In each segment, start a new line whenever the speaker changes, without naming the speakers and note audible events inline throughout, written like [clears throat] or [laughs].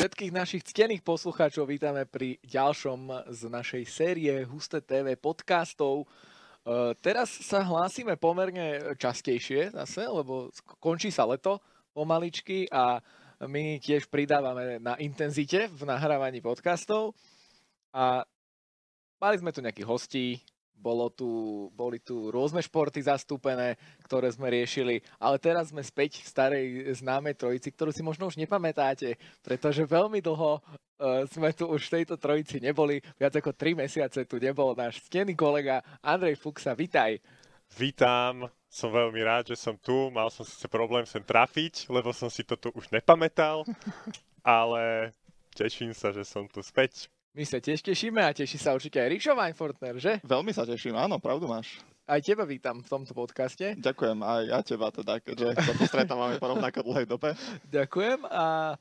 všetkých našich ctených poslucháčov vítame pri ďalšom z našej série Husté TV podcastov. E, Teraz sa hlásime pomerne častejšie zase, lebo sk- končí sa leto pomaličky a my tiež pridávame na intenzite v nahrávaní podcastov. A mali sme tu nejakých hostí, bolo tu, boli tu rôzne športy zastúpené, ktoré sme riešili, ale teraz sme späť v starej známej trojici, ktorú si možno už nepamätáte, pretože veľmi dlho uh, sme tu už v tejto trojici neboli, viac ako 3 mesiace tu nebol náš stený kolega Andrej Fuxa, vitaj.
Vítam, som veľmi rád, že som tu. Mal som síce problém sem trafiť, lebo som si to tu už
[laughs]
nepamätal, ale teším sa, že som tu späť.
My sa tiež tešíme a teší sa určite aj Rišo Weinfortner, že?
Veľmi sa teším, áno, pravdu máš.
Aj teba vítam v tomto podcaste.
Ďakujem aj ja teba teda, keďže sa tu stretávame po rovnako dlhej dobe.
Ďakujem a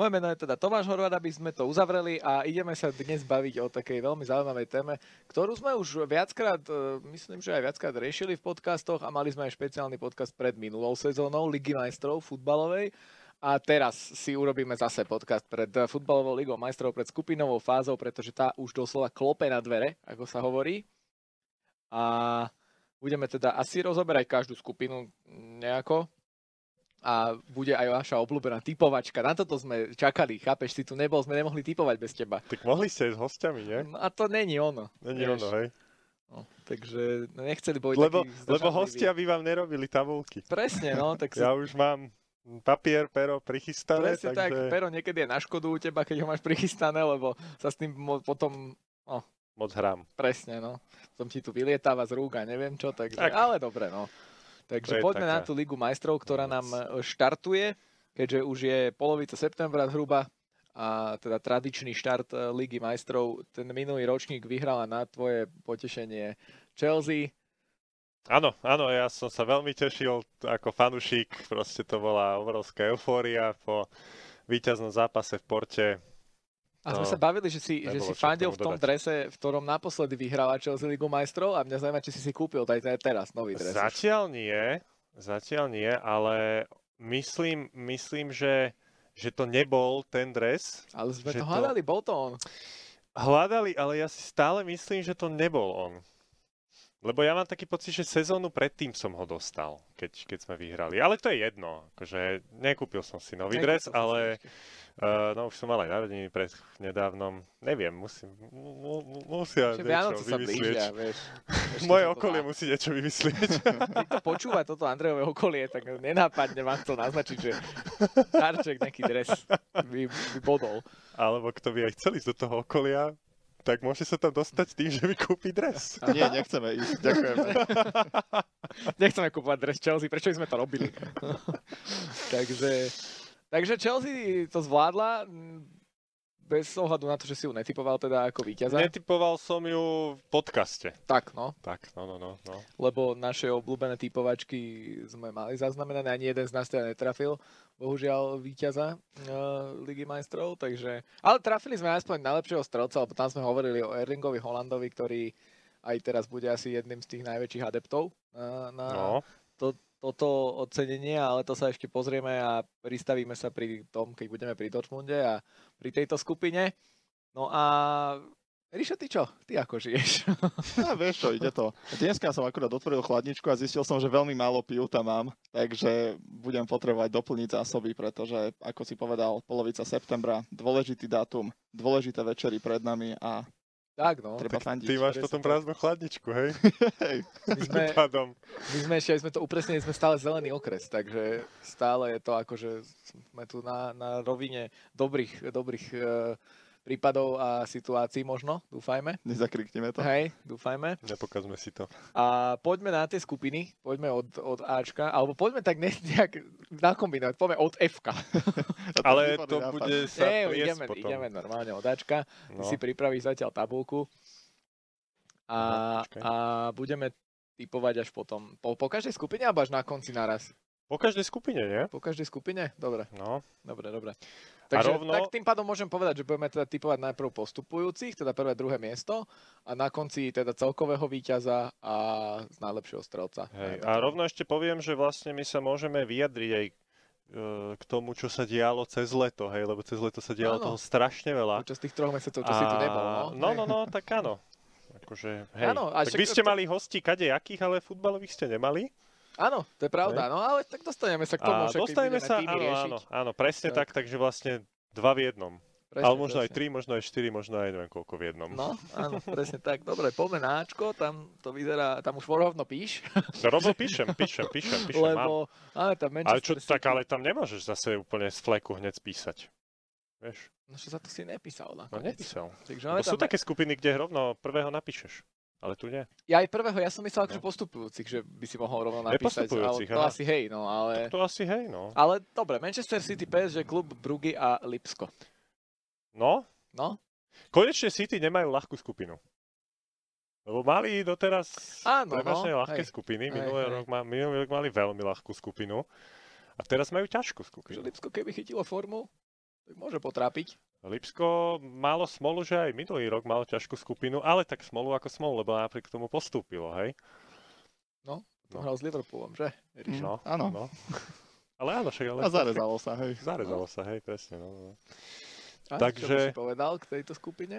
moje meno je teda Tomáš Horvát, aby sme to uzavreli a ideme sa dnes baviť o takej veľmi zaujímavej téme, ktorú sme už viackrát, e, myslím, že aj viackrát riešili v podcastoch a mali sme aj špeciálny podcast pred minulou sezónou Ligy majstrov futbalovej. A teraz si urobíme zase podcast pred e, futbalovou ligou majstrov, pred skupinovou fázou, pretože tá už doslova klope na dvere, ako sa hovorí. A budeme teda asi rozoberať každú skupinu nejako a bude aj vaša obľúbená typovačka. Na toto sme čakali, chápeš, si tu nebol, sme nemohli typovať bez teba.
Tak mohli ste aj s hostiami, nie?
No A to není ono.
Není
vieš.
ono, hej?
No, takže nechceli byť
Lebo,
takí
lebo
zdržanliví.
hostia by vám nerobili tabulky.
Presne, no, tak si...
Ja už mám papier, pero prichystané,
Presne tak,
takže
pero niekedy je na škodu u teba, keď ho máš prichystané, lebo sa s tým mo- potom,
moc hrám.
presne, no, som ti tu vylietáva z rúk a neviem čo, takže, tak.
Tak.
ale dobre, no.
To
Takže
je
poďme
taká
na tú Ligu majstrov, ktorá
vec.
nám e, štartuje, keďže už je polovica septembra zhruba a teda tradičný štart e, Ligy majstrov, ten minulý ročník vyhrala na tvoje potešenie Chelsea,
Áno, áno, ja som sa veľmi tešil t- ako fanušik, proste to bola obrovská eufória po víťaznom zápase v Porte.
A sme
No,
sa bavili, že si, že si
nebolo čo k
fandil
tomu
v tom
dodať.
drese, v ktorom naposledy vyhrala Chelsea Ligu majstrov a mňa zaujíma, či si si kúpil aj aj teraz nový dres. už.
Zatiaľ nie, zatiaľ nie, ale myslím, myslím že, že to nebol ten dres.
Ale sme
že
to
to-
hľadali, bol to on.
Hľadali, ale ja si stále myslím, že to nebol on. Lebo ja mám taký pocit, že sezónu predtým som ho dostal, keď, keď sme vyhrali. Ale to je jedno, akože nekúpil som si nový
Nekúpil
dres,
som si
ale...
ešte.
Uh, no už som mal aj narodeniny pred nedávnom. Neviem, musím, mu- mu- mu- musia
Že
niečo
Vianoce sa blížia,
vymyslieť.
vieš. Ešte
Moje
sa to
okolie
dá.
musí niečo vymyslieť.
Keď to [laughs] počúva toto Andrejové okolie, tak nenápadne vám to naznačiť, že Tarček nejaký dres by, by bodol.
Alebo kto by aj chcel ísť do toho okolia, tak môže sa tam dostať tým, že mi kúpi dres.
Nie, nechceme ísť, ďakujeme.
Nechceme kúpovať dres Chelsea, prečo by sme to
[laughs]
robili? takže, takže Chelsea to zvládla m, bez ohľadu na to, že si ju netypoval teda ako víťaza.
Netypoval som ju v podcaste.
Tak, no,
Tak, no, no, no. no.
lebo naše obľúbené typovačky sme mali zaznamenané, ani jeden z nás teda netrafil, bohužiaľ víťaza uh, Ligy majstrov, takže... Ale trafili sme aspoň najlepšieho strelca, lebo tam sme hovorili o Erlingovi Holandovi, ktorý aj teraz bude asi jedným z tých najväčších adeptov na, na no.
no.
toto ocenenie, ale to sa ešte pozrieme a pristavíme sa pri tom, keď budeme pri Dortmunde a pri tejto skupine. No a... Ríšo, ty čo? Ty ako žiješ? [laughs]
A vieš čo, ide to. Dneska som akurát otvoril chladničku a zistil som, že veľmi málo pijú tam mám, takže budem potrebovať doplniť zásoby, pretože, ako si povedal, polovica septembra, dôležitý dátum, dôležité večery pred nami a [laughs]
tak, no.
Tak
treba fandiť.
ty máš
presne
potom
tak.
prázdnu chladničku, hej?
Hej,
My sme,
Tým [laughs] pádom.
My sme ešte, aj sme to upresnili, sme stále zelený okres, takže stále je to ako, že sme tu na, na rovine dobrých, dobrých e, prípadov a situácií možno, dúfajme.
nezakrikneme to.
Hej, dúfajme.
Nepokazme si to.
A poďme na tie skupiny, poďme od, od Ačka, alebo poďme tak ne, nejak nakombinovať, poďme od
[laughs]
Fka.
A je
Ale
výborný
to
nápad.
bude sa
Nie,
pliesť
ideme,
potom.
ideme normálne od Ačka, no.
No.
si pripravíš zatiaľ tabulku a,
Aha, počkaj.
a budeme typovať až potom, po, po každej skupine alebo až na konci naraz?
Po každej skupine, nie?
Po každej skupine? Dobre.
No.
Dobre, dobre. Takže rovno...
rovno-
tak tým pádom môžem povedať, že budeme teda typovať najprv postupujúcich, teda prvé, druhé miesto a na konci teda celkového víťaza a z najlepšieho strelca.
Hej,
Najmä
a
tomu.
rovno ešte poviem, že vlastne my sa môžeme vyjadriť aj eh, k tomu, čo sa dialo cez leto, hej, lebo cez leto sa dialo
Áno.
toho strašne veľa.
Počas tých troch mesiacov, čo si tu nebol, no?
No, no, no, tak áno. Akože, hej.
Áno,
Áno,
a však
tak vy ste
to-
mali hostí kadejakých, ale futbalových ste nemali.
Áno, to je pravda, no ale tak dostaneme sa k tomu,
A
však keď
dostajeme
budeme
sa,
týmy
áno,
riešiť.
áno, áno, presne tak. takže vlastne dva v jednom.
Presne,
ale možno aj
presne.
tri, možno aj štyri, možno aj neviem koľko v jednom.
No, áno, presne tak. Dobre, poďme na Ačko, tam to vyzerá, tam už forhovno píš,
No, Robo, píšem, píšem, píšem, píšem, mám.
lebo máme tam
Ale
Manchester
čo,
City.
tak ale tam nemôžeš zase úplne z fleku hneď spísať. Vieš,
No čo sa to si nepísal na
no nepísal.
Takže
No,
máme
sú
tam...
také skupiny, kde rovno prvého napíšeš. Ale tu nie.
Ja aj prvého, ja som myslel, že
No.
postupujúcich, že by si mohol rovno
Aj
napísať. Ale,
postupujúcich,
to
aha.
asi hej, no ale...
Tak to asi hej, no.
Ale dobre, Manchester City, PSG, klub Bruggy a Lipsko.
No,
No,
konečne City nemajú ľahkú skupinu. Lebo mali doteraz
Áno,
prevažne
no,
ľahké
hej.
skupiny.
Hej,
Minulý,
hej.
Rok ma, minulý rok mali veľmi ľahkú skupinu. A teraz majú ťažkú
že
skupinu.
Lipsko keby chytilo formu, tak môže potrápiť.
Lipsko malo smolu, že aj minulý rok malo ťažkú skupinu, ale tak smolu ako smolu, lebo napriek tomu postúpilo, hej?
To
No.
hral s Liverpoolom, že?
Mm,
No,
áno.
No. Ale áno, však ale...
A zarezalo sa, hej.
Zarezalo sa, hej, presne. No, no.
A Čo by
Takže-
si povedal k tejto skupine?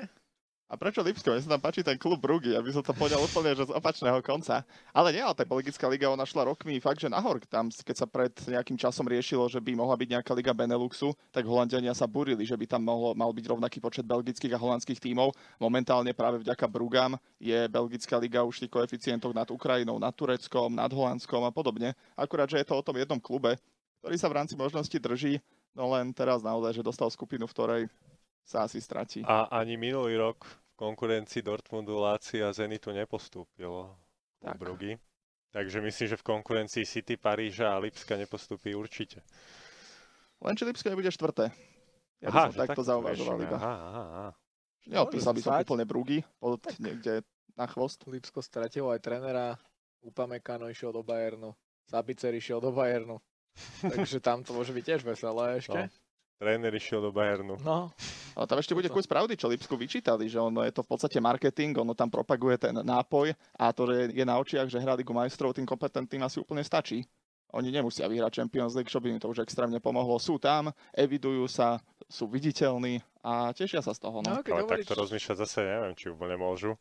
A prečo Lipsko? Mne sa tam páči ten klub Brugy, aby som to poňal úplne že z opačného konca. Ale nie, ale tá Belgická liga, ona šla rokmi fakt, že nahor. Tam, keď sa pred nejakým časom riešilo, že by mohla byť nejaká liga Beneluxu, tak Holandiania sa burili, že by tam mohlo, mal byť rovnaký počet belgických a holandských tímov. Momentálne práve vďaka Brugám je Belgická liga už v tých koeficientoch nad Ukrajinou, nad Tureckom, nad Holandskom a podobne. Akurát, že je to o tom jednom klube, ktorý sa v rámci možnosti drží, no len teraz naozaj, že dostal skupinu, v ktorej sa asi stratí.
A ani minulý rok v konkurencii Dortmundu, Lácia a Zenitu nepostúpilo
Tak.
tak. Brugy. Takže myslím, že v konkurencii City, Paríža a Lipska nepostúpi určite.
Len či Lipsko nebude štvrté. Ja by som
že
takto
to
zauvažoval
riešime.
iba.
Aha, aha, aha.
Neodpísal by som
Môže sa stať.
úplne Brugy, pod niekde na chvost.
Lipsko stratilo aj trénera, Upamecano išiel do Bayernu, Sabicer išiel do
[laughs]
Bayernu. Takže tam to môže byť tiež
No.
veselé ešte.
Tréner išiel do Bayernu.
No,
Ale tam ešte bude kus pravdy, čo Lipsku vyčítali, že ono je to v podstate marketing, ono tam propaguje ten nápoj a to, že je na očiach, že hrá Ligu majstrov, tým kompetentným asi úplne stačí. Oni nemusia vyhrať Champions League, čo by im to už extrémne pomohlo. Sú tam, evidujú sa, sú viditeľní a tešia sa z toho.
no
No.
keď
Ale
hovoríš,
takto rozmýšľať zase neviem, či úplne môžu.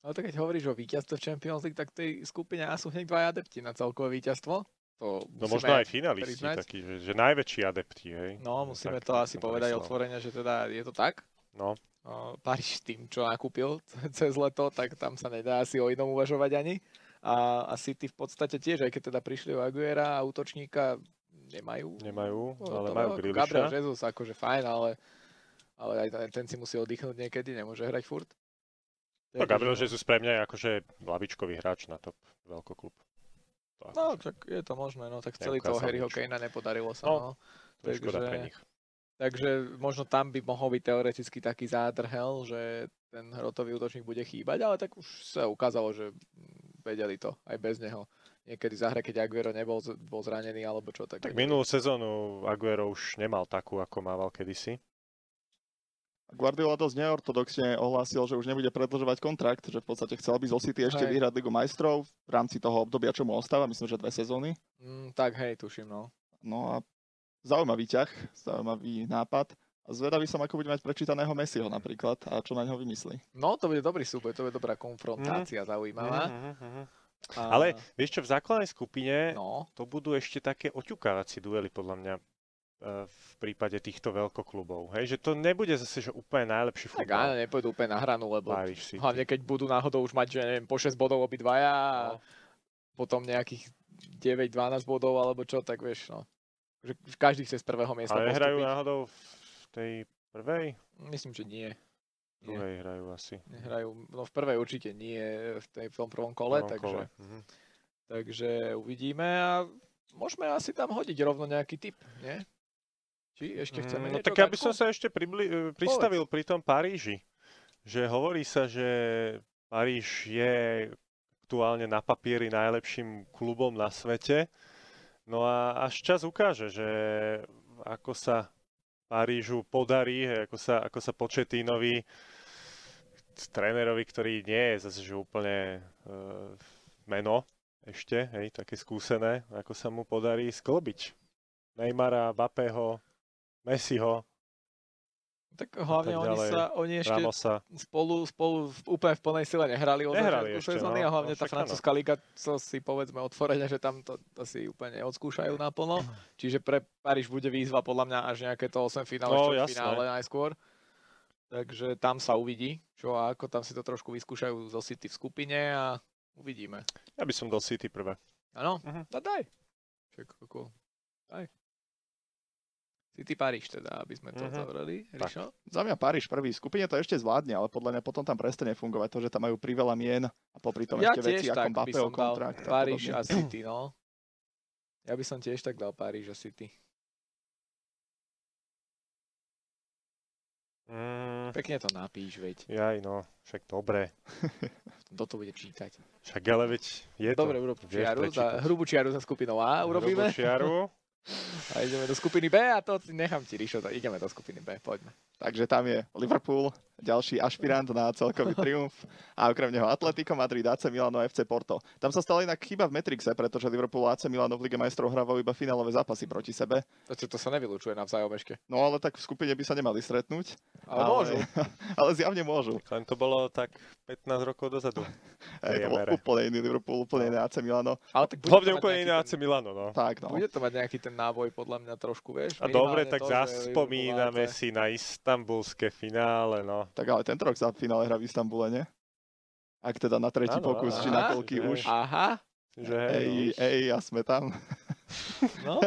ale tak keď hovoríš o víťazstve v Champions League, tak tej skupine A sú hneď dva adepti na celkové víťazstvo. To
No
musíme-
možno aj finalisti
priznať.
takí, že, že najväčší adepti, hej.
No, musíme
tak-
to
tak
asi
som
povedať
myslel.
otvorene, že teda je to tak.
No,
O, Paríž tým, čo nakúpil [laughs] cez leto, tak tam sa nedá asi o inom uvažovať ani. A, a City v podstate tiež, aj keď teda prišli o Aguera a útočníka nemajú.
nemajú,
No,
ale
to-
majú
no, ako Gabriel
Griliša.
Jesus, akože fajn, ale, ale aj ten, ten si musí oddychnúť niekedy, nemôže hrať furt.
No, Gabriel Jesus pre mňa je akože lavičkový hráč na top veľkoklub. To
No,
akože-
tak je to možné, no tak celý toho
Neukázal
Harryho
nič.
Kanea nepodarilo sa,
No.
no.
To je škoda pre
Takže-
nich.
Takže možno tam by mohol byť teoreticky taký zádrhel, že ten hrotový útočník bude chýbať, ale tak už sa ukázalo, že vedeli to aj bez neho. Niekedy v záhre, keď Aguero nebol z- bol zranený alebo čo, tak,
Tak
vedeli.
minulú sezónu Aguero už nemal takú, ako mával kedysi.
Guardiola dosť neortodoxne ohlásil, že už nebude predlžovať kontrakt, že v podstate chcel by zo City ešte
Hej.
vyhrať Ligu majstrov v rámci toho obdobia, čo mu ostáva, myslím, že dve sezóny.
Mm, tak hej, tuším, no.
No a zaujímavý ťah, zaujímavý nápad. A zvedavý som, ako bude mať prečítaného Messiho napríklad a čo na ňo vymyslí.
No, to bude dobrý súboj, to bude dobrá konfrontácia, zaujímavá.
Mhm, mhm.
A,
Ale vieš čo, v základnej skupine
No,
to budú ešte také oťukávacie duely podľa mňa e, v prípade týchto veľkoklubov. Hej, že to nebude zase že úplne najlepší
tak áno,
futbal.
nepôjdu úplne na hranu, lebo
Paríž City.
hlavne keď budú náhodou už mať, že neviem, po 6 bodov obidvaja a
No.
potom nejakých 9-12 bodov alebo čo, tak vieš, no. Že každý chce z prvého miesta
Ale hrajú
postúpiť.
náhodou v tej prvej?
Myslím, že nie. Nie.
Druhej hrajú asi.
Nehrajú, no v prvej určite nie, v, tej, v tom prvom
V
kole,
prvom
takže,
kole. Mhm.
takže uvidíme a môžeme asi tam hodiť rovno nejaký tip, nie? Či ešte chceme
Mm,
niečo?
No tak ja by
Kačko?
som sa ešte pribli- e, pristavil pri tom Paríži. Že hovorí sa, že Paríž je aktuálne na papieri najlepším klubom na svete. No a až čas ukáže, že ako sa Parížu podarí, hej, ako sa, ako sa Početínovi, trénerovi, ktorý nie je zase že úplne e, meno, ešte, hej, také skúsené, ako sa mu podarí sklbiť. Neymara, Bapeho, Messiho,
Tak hlavne
tak
oni,
ďalej.
sa, oni ešte
Ramosa.
spolu, spolu v- úplne v plnej sile nehrali od
Nehrali
začiatku
ešte,
sezóny
no.
a hlavne tá
No, však áno.
francúzska liga, to si povedzme otvorene, že tam to, to si úplne odskúšajú naplno. Čiže pre Paríž bude výzva podľa mňa až nejaké to 8 finále,
No,
no,
jasné.
finále najskôr. Takže tam sa uvidí, čo a ako tam si to trošku vyskúšajú zo City v skupine a uvidíme.
Ja by som dal City prvé.
Áno,
Mhm.
no daj. Však ako, daj. City Paríž teda, aby sme to
Mhm.
zavreli. Rišo?
Za mňa Paríž prvý. Skupine to ešte zvládne, ale podľa mňa potom tam prestane fungovať to, že tam majú priveľa mien a popri tom
ja
ešte
tiež
veci ako
tak by som
Mbappého
dal
kontrakt. a
Paríž a
[clears throat] podobne.
City, no. Ja by som tiež tak dal Paríž a City.
Mm,
Pekne to napíš, veď.
jaj, no, však dobre.
Kto to bude čítať?
Však ale veď je to.
Dobre, urob
vieš
čiaru, za,
prečítať.
hrubú čiaru za skupinou A urobíme [laughs]
Hrubo Čiaru.
a ideme do skupiny B a to ti- nechám ti, Rišo, to ideme do skupiny B, poďme.
Takže tam je Liverpool, ďalší ašpirant na celkový triumf a okrem neho Atletico Madrid, AC Milano a FC Porto. Tam sa stala inak chyba v Matrixe, pretože Liverpool a AC Milano v Lige majstrov hrával iba finálové zápasy proti sebe.
To, čo, to sa nevylučuje navzájom ešte.
No ale tak v skupine by sa nemali stretnúť.
Ale, môžu.
Ale zjavne môžu.
Len to bolo tak 15 rokov dozadu.
Hej, to bol
Priemere.
úplne iný Liverpool, úplne iné AC Milano.
Ale tak bude to
[laughs] Hlavne
mať
úplne
nejaký
iné
ten-
AC Milano, no.
Tak no.
Bude to mať nejaký ten návoj, podľa mňa trošku, vieš.
A dobre,
minimálne
tak
to, že
zás
Liverpool
spomíname
AC.
si na istambulské finále, no.
Tak ale tento rok sa v finále hra v Istambule, nie? Ak teda na tretí
Áno,
pokus,
áno.
či na koľký
Hej.
už.
Aha,
Že hej, no.
Ej, ej, ja sme tam.
no.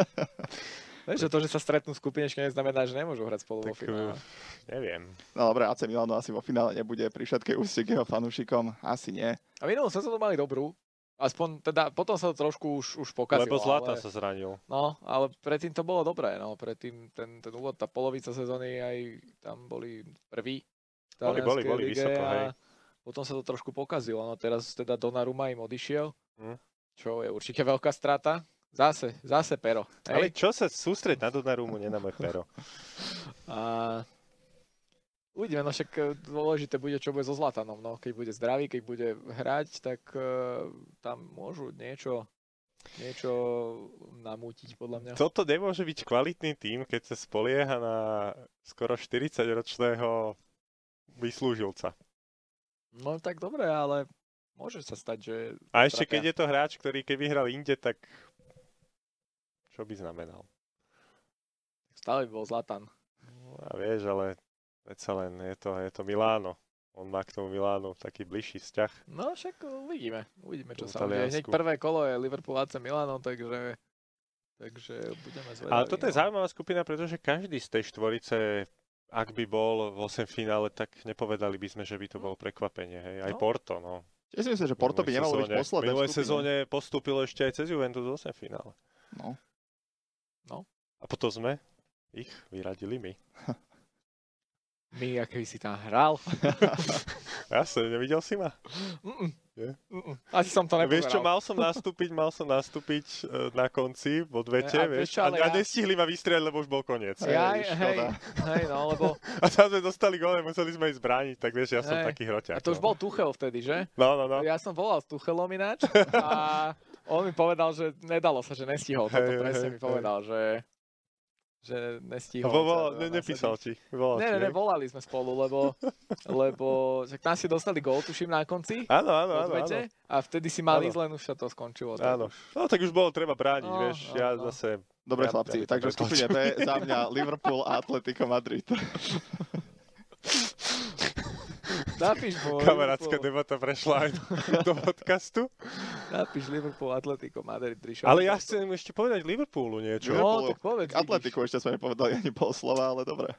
[laughs]
vieš, že to, že sa stretnú skupinečne, neznamená, že nemôžu hrať spolu vo
tak
finále.
eh, neviem.
No dobré, AC Milano asi vo finále nebude pri všetkej úste k jeho fanúšikom. Asi nie.
A minulú sezónu mali dobrú. Aspoň teda, potom sa to trošku už, už pokazilo.
Lebo Zlata
ale,
sa zranil.
No, ale predtým to bolo dobré, no. Predtým ten, ten úvod, tá polovica sezóny, aj tam boli prví. v
Boli, boli,
talianskej
boli
lige
vysoko,
a
hej.
Potom sa to trošku pokazilo, no teraz teda Donnarumma im odišiel,
Hm.
čo je určite veľká strata. Zase, zase pero. Hej?
Ale čo sa sústreť na Donnarumu, nie na moje
[laughs]
pero.
A uvidíme, no však e, dôležité bude, čo bude so Zlatanom, no. Keď bude zdravý, keď bude hrať, tak e, tam môžu niečo, niečo namútiť, podľa mňa.
Toto nemôže byť kvalitný tým, keď sa spolieha na skoro 40-ročného vyslúžilca.
No tak dobre, ale môže sa stať, že
A ešte keď
Trapia.
je to hráč, ktorý keď vyhral inde, tak čo by znamenal?
stále by bol Zlatan.
No, A vieš, ale predsa len je to, je to Miláno. On má k tomu Milánu taký bližší vzťah.
No však uvidíme, uvidíme čo
V
sa udeje. Hneď
Taliansku.
prvé kolo je Liverpool AC Milano, takže, takže budeme zvedaví.
Ale toto je
no.
zaujímavá skupina, pretože každý z tej štvorice, ak by bol v 8 finále, tak nepovedali by sme, že by to bolo prekvapenie. Hej. Aj
No.
Porto, no.
Tiež si myslím, že Porto
Minulej
by nemalo byť
sezóne-
posledné. v
Minulej
skupine.
sezóne postúpilo ešte aj cez Juventus do 8 finále.
No.
A potom sme ich vyradili my.
My, aký si tam hral.
Ja som nevidel si ma.
Mm-mm.
Je?
Mm-mm. Asi som to nepozeral.
Vieš čo, mal som nastúpiť, mal som nastúpiť e, na konci v odvete,
A vieš
vieš,
čo,
a,
ale
a
ja-
nestihli ma vystrieľať, lebo už bol koniec.
Hej,
Ja, hej,
škoda.
hej, no, lebo...
A tam sme dostali gole, museli sme ich zbrániť, tak vieš, ja som
Hej.
taký hroťak.
A to už
no.
bol Tuchel vtedy, že?
No, no, no.
Ja som volal s Tuchelom
[laughs]
ináč a on mi povedal, že nedalo sa, že nestihol. Toto
Hej,
presne
hej,
mi
hej.
povedal, že, že nestihol.
No, Vo, vo,
sa
ne,
nasadiť.
nepísal ti. Volal
Ne,
ti,
ne, ne,
hej?
volali sme spolu,
[laughs]
lebo, lebo že tam si dostali gól, tuším, na konci.
Áno, áno, áno, áno.
Odvete, a vtedy si mal
Áno.
ísť, len už sa to skončilo. tak
Áno.
už.
No tak už bolo treba brániť,
No,
vieš. Ja
áno.
zase...
Dobre
Ja- ja
chlapci,
by to
takže v skupine B za mňa Liverpool a Atletico
[laughs]
Madrid.
[laughs]
Napíš mu
Kamarátska
Liverpool,
debata prešla aj do,
[laughs]
do podcastu.
napíš Liverpool, Atletico, Madrid, Trišo.
Ale ja chcem ešte povedať Liverpoolu niečo.
Jo.
No,
Liverpoolu.
tak povedz,
K
vidíš.
Atletiku ešte sme nepovedali ani pol slova, ale dobre.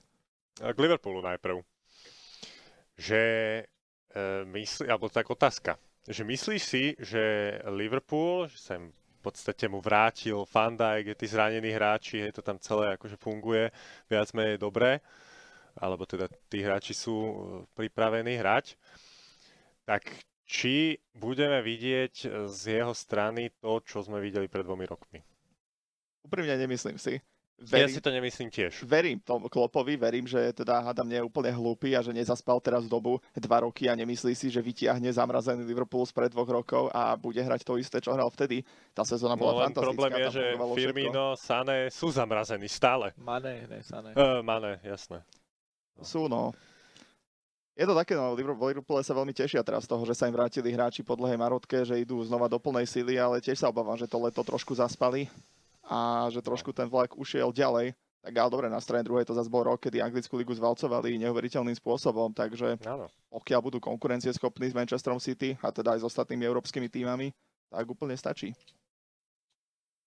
A K Liverpoolu najprv. Že e, myslí, alebo tak otázka. Že myslíš si, že Liverpool, že sa im v podstate mu vrátil Van Dijk, tí zranení hráči, hej, to tam celé akože funguje, viac menej dobre, alebo teda tí hráči sú e, pripravení hrať, tak či budeme vidieť e, z jeho strany to, čo sme videli pred dvomi rokmi.
Úprimne nemyslím si.
Ja
verím,
si to nemyslím tiež.
verím tomu Klopovi, verím, že teda Adam nie je úplne hlúpy a že nezaspal teraz dobu dva roky a nemyslí si, že vytiahne zamrazený Liverpool spred dvoch rokov a bude hrať to isté, čo hral vtedy. Tá sezóna
No, len
bola fantastická.
problém je,
tam
že
fungovalo všetko.
Firmino, Sané sú zamrazení stále.
Mané, ne, Sané.
Uh, Mane, jasné.
Sú, no. Je to také, no, Liverpool Liverpoole sa veľmi tešia teraz z toho, že sa im vrátili hráči po dlhej marotke, že idú znova do plnej sily, ale tiež sa obávam, že to leto trošku zaspali a že trošku ten vlak ušiel ďalej. Tak ale dobre, na strane druhej to zase bol rok, kedy anglickú ligu zvalcovali neuveriteľným spôsobom, takže
Áno.
pokiaľ budú konkurencieschopní s Manchesterom City a teda aj s ostatnými európskymi týmami, tak úplne stačí.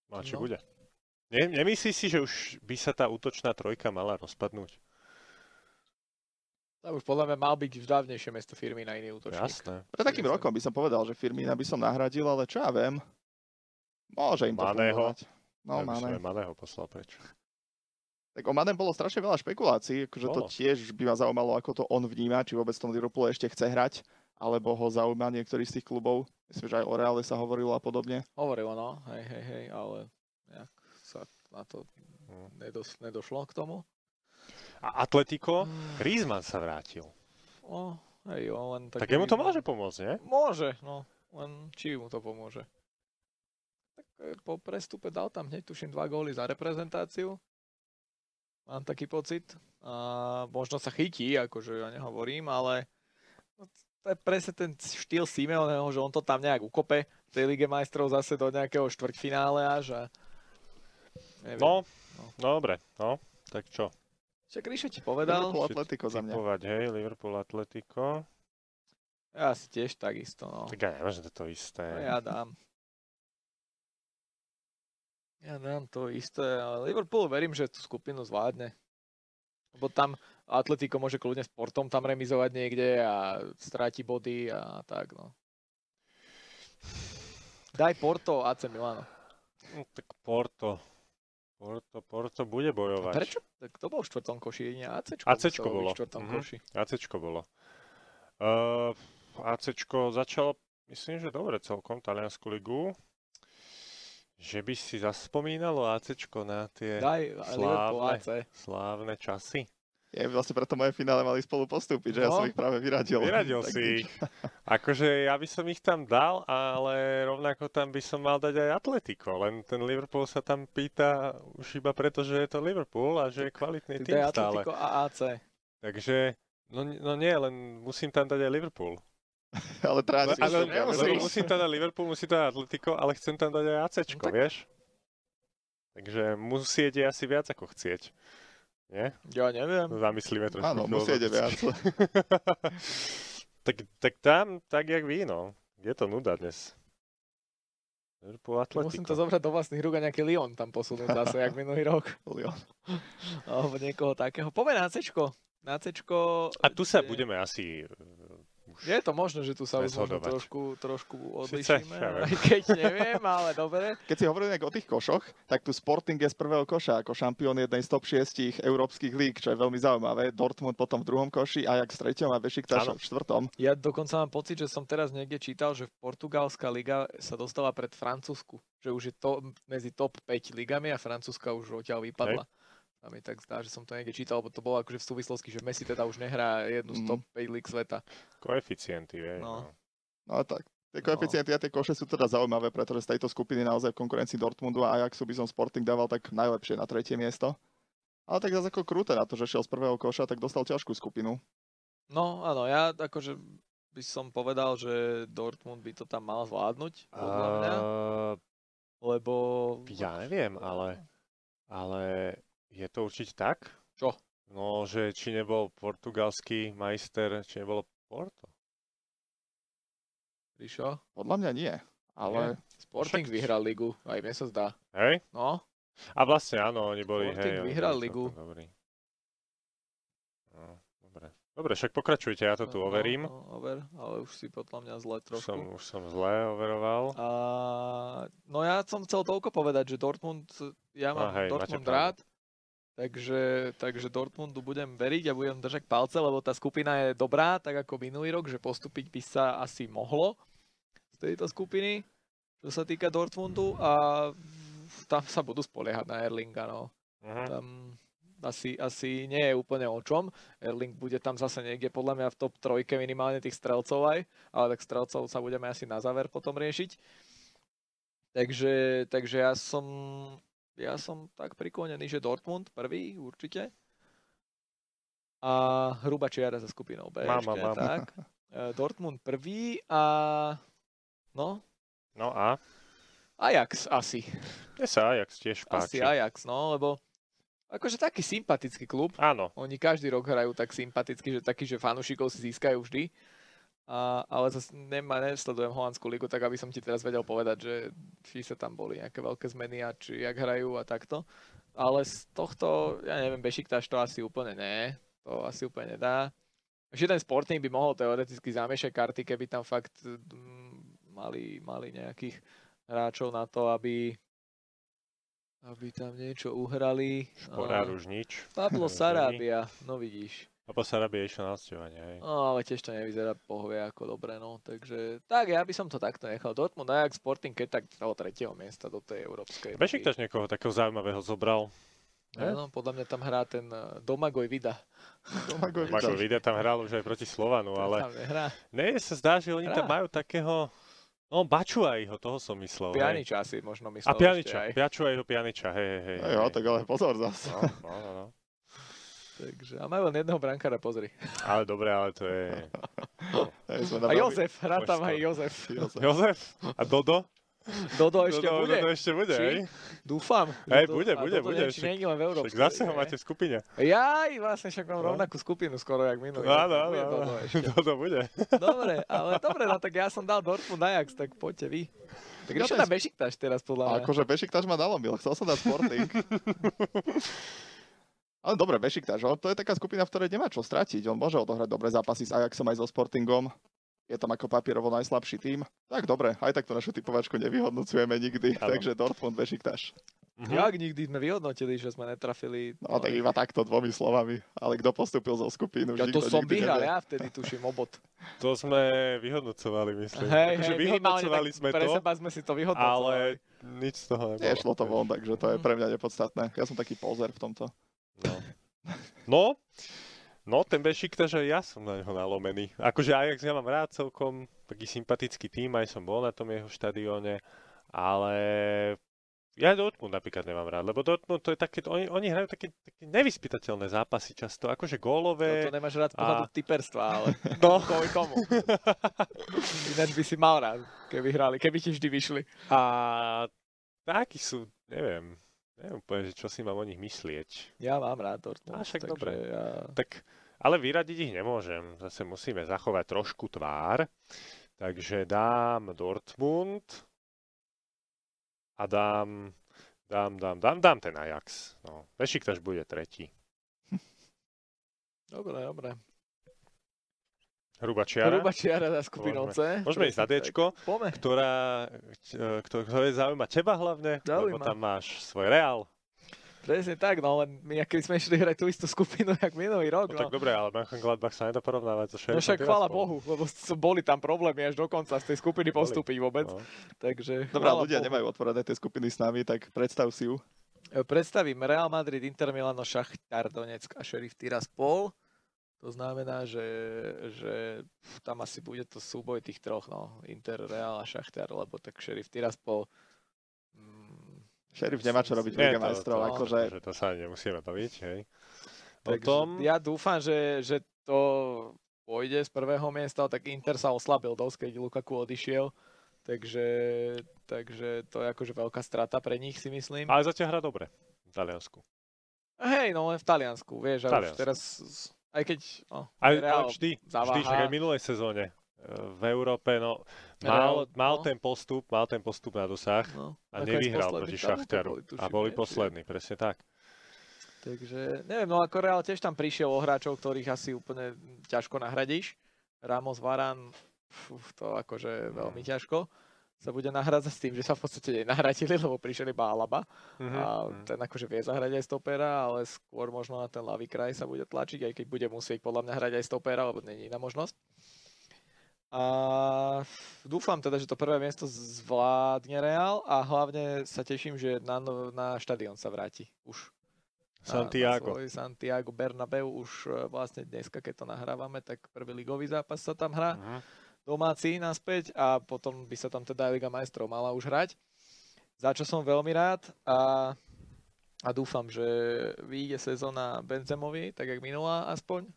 A či
No.
bude? Ne, nemyslíš si, že už by sa tá útočná trojka mala rozpadnúť?
Tam už podľa mňa mal byť vzdávnejšie mesto firmy na iný útočník.
Jasné.
Pre takým
Jasné.
rokom by som povedal, že Firmina by som nahradil, ale čo ja viem, môže im to
Maného.
fungovať.
ja
No,
by som
Mane.
aj Maného poslal preč.
Tak o Madden bolo strašne veľa špekulácií, akože to
Bolo.
tiež by ma zaujímalo, ako to on vníma, či vôbec v tom Liverpoole ešte chce hrať, alebo ho zaujíma niektorý z tých klubov. Myslím, že aj o Reále sa hovorilo a podobne.
Hovorilo, no, hej, hej, hej, ale nejak sa na to
Mm.
nedos- nedošlo k tomu.
A Atletico? Griezmann sa vrátil.
No, hej, on len
Tak,
taký...
jemu to môže pomôcť, nie?
Môže, no. Len či mu to pomôže. Tak e, po prestupe dal tam hneď tuším dva góly za reprezentáciu. Mám taký pocit. A možno sa chytí, akože ja nehovorím, ale no, to je presne ten štýl Simeoneho, že on to tam nejak ukope v tej Lige majstrov zase do nejakého štvrťfinále až a... Neviem.
No,
No.
no dobre, no. Tak čo?
Však Ríšo ti povedal.
Liverpool Atletico za mňa. No.
Typovať, hej, Liverpool Atletico.
Ja si tiež takisto, no.
Tak ja neviem, že to je to isté.
No ja dám. Ja dám to isté, ale Liverpool verím, že tú skupinu zvládne. Lebo tam Atletico môže kľudne s Portom tam remizovať niekde a stráti body a tak, no. Daj Porto AC Milano.
No, tak Porto. Porto, Porto bude bojovať.
Prečo? Tak to bol v štvrtom koši, jedine ACčko. muselo
ACčko
byť
bolo,
V štvrtom
mhm.
koši.
ACčko bolo. Uh, ACčko začalo, myslím, že dobre celkom, Taliansku ligu. Že by si zaspomínalo ACčko na tie
Daj Liverpool
slávne.
AC.
slávne časy.
Je vlastne preto moje finále mali spolu postúpiť, že ja
No.
som ich práve vyradil.
Vyradil
[laughs] Tak
si
nič.
ich. Akože ja by som ich tam dal, ale rovnako tam by som mal dať aj Atletico, len ten Liverpool sa tam pýta už iba preto, že je to Liverpool a že je kvalitný
Tak
tým
Daj
stále.
Atletico a AC.
Takže, no, no nie, len musím tam dať aj Liverpool.
Ale
Ale,
tráci.
Asi
ale
musím,
ja
ale
musím,
musím.
musím tam dať Liverpool, musím tam dať Atletico, ale chcem tam dať aj ACčko,
No tak-
vieš? Takže musieť je asi viac ako chcieť. Nie?
Ja neviem.
No, Zamyslíme trošku.
Áno, musíte viac.
filozoficky. [laughs] tak, tak tam, tak jak vy, no. Je to nuda dnes. Liverpool
Musím to
Atletico.
zobrať do vlastných rúk a nejaký Lyon tam posunúť zase, jak minulý rok.
Lyon.
Alebo niekoho takého. Poďme na Cčko. Na Cčko...
A tu
je-
sa budeme asi... eh,
Je to možné, že tu sa už možno
Rozhodovať.
trošku, trošku
Sice,
odlišíme,
ja
aj keď neviem, ale dobre.
Keď si hovoril nejak o tých košoch, tak tu Sporting je z prvého koša ako šampión jednej z top 6 európskych líg, čo je veľmi zaujímavé. Dortmund potom v druhom koši, Ajax v treťom a Bešiktaš
Áno.
v štvrtom.
Ja dokonca mám pocit, že som teraz niekde čítal, že portugalská liga sa dostala pred Francúzsku. Že už je to medzi top 5 ligami a Francúzska už odtiaľ vypadla. A mi tak zdá, že som to niekde čítal, lebo to bolo akože v súvislosti, že Messi teda už nehrá jednu z
Mhm.
top 5 lig sveta.
Koeficienty, vieš.
No.
No.
No a tak. Tie
No.
koeficienty a tie koše sú teda zaujímavé, pretože z tejto skupiny naozaj v konkurencii Dortmundu a Ajaxu by som Sporting dával tak najlepšie na tretie miesto. Ale tak zase ako krúte na to, že šiel z prvého koša, tak dostal ťažkú skupinu.
No áno, ja akože by som povedal, že Dortmund by to tam mal zvládnuť, podľa mňa,
Eh,
lebo...
Ja neviem, ale, ale je to určite tak?
Čo?
No, že či nebol portugalský majster, či nebolo Porto.
Ríšo,
Podľa mňa nie, ale
Sporting
Však-
vyhral ligu, aj mne sa zdá.
Hej?
No,
A vlastne áno, oni boli,
Sporting
hej. oni
vyhral
boli
ligu.
celkom Dobrí. No, dobre. Dobre, však pokračujte, ja to tu
no,
overím.
No, over, ale už si podľa mňa zle
Už
trošku.
som, už som zle overoval.
A, no ja som chcel toľko povedať, že Dortmund, ja mám
hej, máte
Dortmund
pravdu.
rád, takže, takže Dortmundu budem veriť a budem držať palce, lebo tá skupina je dobrá, tak ako minulý rok, že postúpiť by sa asi mohlo z tejto skupiny, čo sa týka Dortmundu a tam sa budú spoliehať na Erlinga, no.
Mhm.
Tam asi, asi nie je úplne o čom. Erling bude tam zase niekde podľa mňa v top trojke minimálne tých strelcov aj, ale tak strelcov sa budeme asi na záver potom riešiť. Takže, takže ja som ja som tak priklonený, že Dortmund prvý určite. A hruba čiara za skupinou B.
Mám,
ešte,
mám, mám.
Tak. E, Dortmund prvý a no,
No a?
Ajax asi.
Mne sa Ajax tiež
Asi
páči.
Ajax, no, lebo akože taký sympatický klub.
Áno,
Oni každý rok hrajú tak sympaticky, že taký, že fanúšikov si získajú vždy. A, ale zase nemá, nesledujem holandskú ligu, tak aby som ti teraz vedel povedať, že či sa tam boli nejaké veľké zmeny a či jak hrajú a takto. Ale z tohto, ja neviem, Bešiktaš to asi úplne ne, to asi úplne nedá. Ešte ten Sporting by mohol teoreticky zamiešať karty, keby tam fakt mm, mali, mali nejakých hráčov na to, aby, aby tam niečo uhrali.
Šporár
A-
už nič.
Pablo
Rozumí.
Sarabia, no vidíš.
A po Sarabie išiel na hostovanie, hej.
No, ale tiež to nevyzerá pohve ako dobre, no. Takže, tak ja by som to takto nechal. Dortmund, Ajax, Sporting, keď tak toho tretieho miesta do tej európskej. ligy.
Bešiktaš niekoho takého zaujímavého zobral.
Áno, podľa mňa tam hrá ten eh, Domagoj Vida.
Domagoj
Mako
Vida.
Vida tam hral už aj proti Slovanu,
Ten
No, ale
Tam nehrá.
ne, sa zdá, že oni tam
Hrá.
majú takého... No, Bačuajho, toho som myslel. hej.
Pianič asi možno myslel.
A
ešte
Pianiča,
aj.
Piačuajho Pianiča, hej, hej, hej.
Ej, No Jo, tak ale pozor zase.
No, no, no, no.
Takže, a majú len jedného brankára, pozri.
Ale dobre, ale to je...
[laughs] Hej, sme
A
nabrali-
Jozef, hrá tam aj
Poštor.
Jozef.
Jozef.
Jozef? A Dodo?
Dodo ešte
Dodo,
bude,
Dodo ešte bude,
Či?
hej?
dúfam.
Hej,
Dodo-
bude,
a
bude,
Dodo neviem,
bude,
či
však-
nie je len v
Však
Európskej.
zase ho
lige,
máte v skupine.
ne? Jaj, vlastne však mám
No.
rovnakú skupinu skoro, jak minulý.
No, áno,
Bude
áno,
Dodo
áno.
ešte.
[laughs] Dodo bude.
Dobre, ale dobre, no tak ja som dal Dortmund Ajax, tak poďte vy. Tak
Ja
čo
ten
tam Bešiktaš teraz podľa mňa?
Akože Bešiktaš ma nalomil, chcel som dať
[laughs]
Sporting. Ale dobre, Bešiktaš, on- to je taká skupina, v ktorej nemá čo stratiť. On môže odohrať dobré zápasy s Ajaxom aj so Sportingom. Je tam ako papierovo najslabší tým. Tak dobre, aj tak tú našu typovačku nevyhodnocujeme nikdy.
Áno.
Takže Dortmund, Bešiktaš.
Jak nikdy sme vyhodnotili, že sme netrafili.
No tak iba takto dvomi slovami. Ale kto postúpil zo skupín, už
ja to
nikto
som
nikdy
vyhral,
nevie.
ja vtedy tuším
[laughs]
obod.
To sme vyhodnocovali, myslím.
Hej,
Akože
hej, minimálne
vyhodnocovali
tak
sme
pre
to,
seba sme si to Akože- vyhodnocovali.
ale nič z toho nebolo.
Nešlo to von, takže to
Hm.
je pre mňa nepodstatné. Ja som taký pozer v tomto.
No. no, no ten Bešiktaž aj ja som na neho nalomený. Akože Ajax ja mám rád celkom, taký sympatický tým, aj som bol na tom jeho štadióne, ale ja Dortmund napríklad nemám rád, lebo Dortmund to je také, oni, oni hrajú také, také nevyspytateľné zápasy často, akože
To,
gólové,
No, to nemáš rád z pohľadu
A-
typerstva, ale
no,
[laughs] kvôli
[laughs]
tomu. Ináč by si mal rád, keby hrali, keby ti vždy vyšli.
a takí sú, neviem, neviem úplne, že čo si mám o nich myslieť.
Ja mám rád Dortmund.
A však
takže
dobre.
Ja...
Tak, ale vyradiť ich nemôžem. Zase musíme zachovať trošku tvár. Takže dám Dortmund a dám, dám, dám, dám, dám ten Ajax. No, Bešiktaš bude tretí.
Dobre, dobre.
Hruba čiara,
Hruba čiara za skupinou C.
Môžeme ísť na
Presne tak.
Dčko.
Poďme.
ktorá, e, kto- ktoré zaujíma teba hlavne, lebo
Zaujíma.
tam máš svoj Real.
Presne tak, no len my, keď sme išli hrať tú istú skupinu, jak minulý rok,
No,
no.
tak dobre, ale Mönchengladbach sa nedá porovnávať so
No
Šerifom
však chvála Bohu, lebo s- boli tam problémy až dokonca z tej skupiny
Boli.
postúpiť vôbec,
No.
takže
Dobre,
chvála
ľudia
Bohu.
nemajú otvorené tie skupiny s nami, tak predstav si ju.
E, Predstavím Real Madrid, Inter Milano, Šachtar, Donetsk a Šerif Tiraspol. To znamená, že, že pf, tam asi bude to súboj tých troch, no. Inter, Real a Šachtar, lebo tak Šerif Tiraspol... Mm,
Šerif nemá čo robiť v
Nie,
Lige majstrov,
to-
akože
akože to sa nemusíme baviť, hej. O
Takže
tom,
ja dúfam, že, že to pôjde z prvého miesta, tak Inter sa oslabil dosť, keď Lukaku odišiel. Takže, takže to je akože veľká strata pre nich, si myslím.
ale zatiaľ hra dobre v Taliansku.
A hej, no len v Taliansku, vieš, a už
Taliansku.
teraz, s- aj keď, no,
Aj,
Real
ale vždy, vždy,
zaváha.
však aj v minulej sezóne e, v Európe, no,
Real,
mal, mal
no.
ten postup, mal ten postup na dosah
no
a
nakoniec
nevyhral
poslední v
proti
tabulke
Šachtaru. A
tuším,
boli
nie?
poslední, presne tak.
Takže neviem, no ako Real tiež tam prišiel o hráčov, ktorých asi úplne ťažko nahradíš. Ramos, Varan, pf, to akože veľmi ťažko sa bude nahradzať s tým, že sa v podstate nenahradili, lebo prišiel iba Alaba
Mhm.
a
Mhm.
ten akože vie zahrať aj stopera, ale skôr možno na ten ľavý kraj sa bude tlačiť, aj keď bude musieť podľa mňa hrať aj stopera, lebo není iná možnosť. A dúfam teda, že to prvé miesto zvládne Real a hlavne sa teším, že na, no- na štadión sa vráti už
Santiago.
Na svoj Santiago Bernabeu už eh, vlastne dneska, keď to nahrávame, tak prvý ligový zápas sa tam hrá.
Mhm.
domáci naspäť a potom by sa tam teda aj Liga majstrov mala už hrať. Za čo som veľmi rád a, a dúfam, že vyjde sezóna Benzemovi, tak jak minulá aspoň.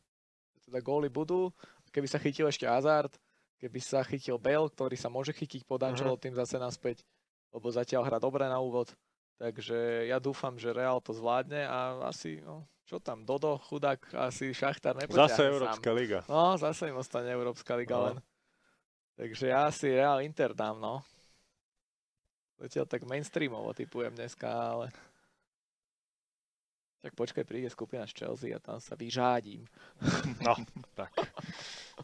Teda góly budú. Keby sa chytil ešte Hazard, keby sa chytil Bale, ktorý sa môže chytiť pod
Mhm.
Ančelo tým zase naspäť, lebo zatiaľ hra dobre na úvod. Takže ja dúfam, že Real to zvládne a asi, no, čo tam, Dodo, chudák, asi Šachtar nepoťahne
Zase
sám.
Európska liga.
No, zase im ostane Európska liga
No.
len. Takže ja si Real Inter dám, no. Zatiaľ tak mainstreamovo typujem dneska, ale... Tak počkaj, príde skupina z Chelsea a tam sa vyžádim.
No, tak.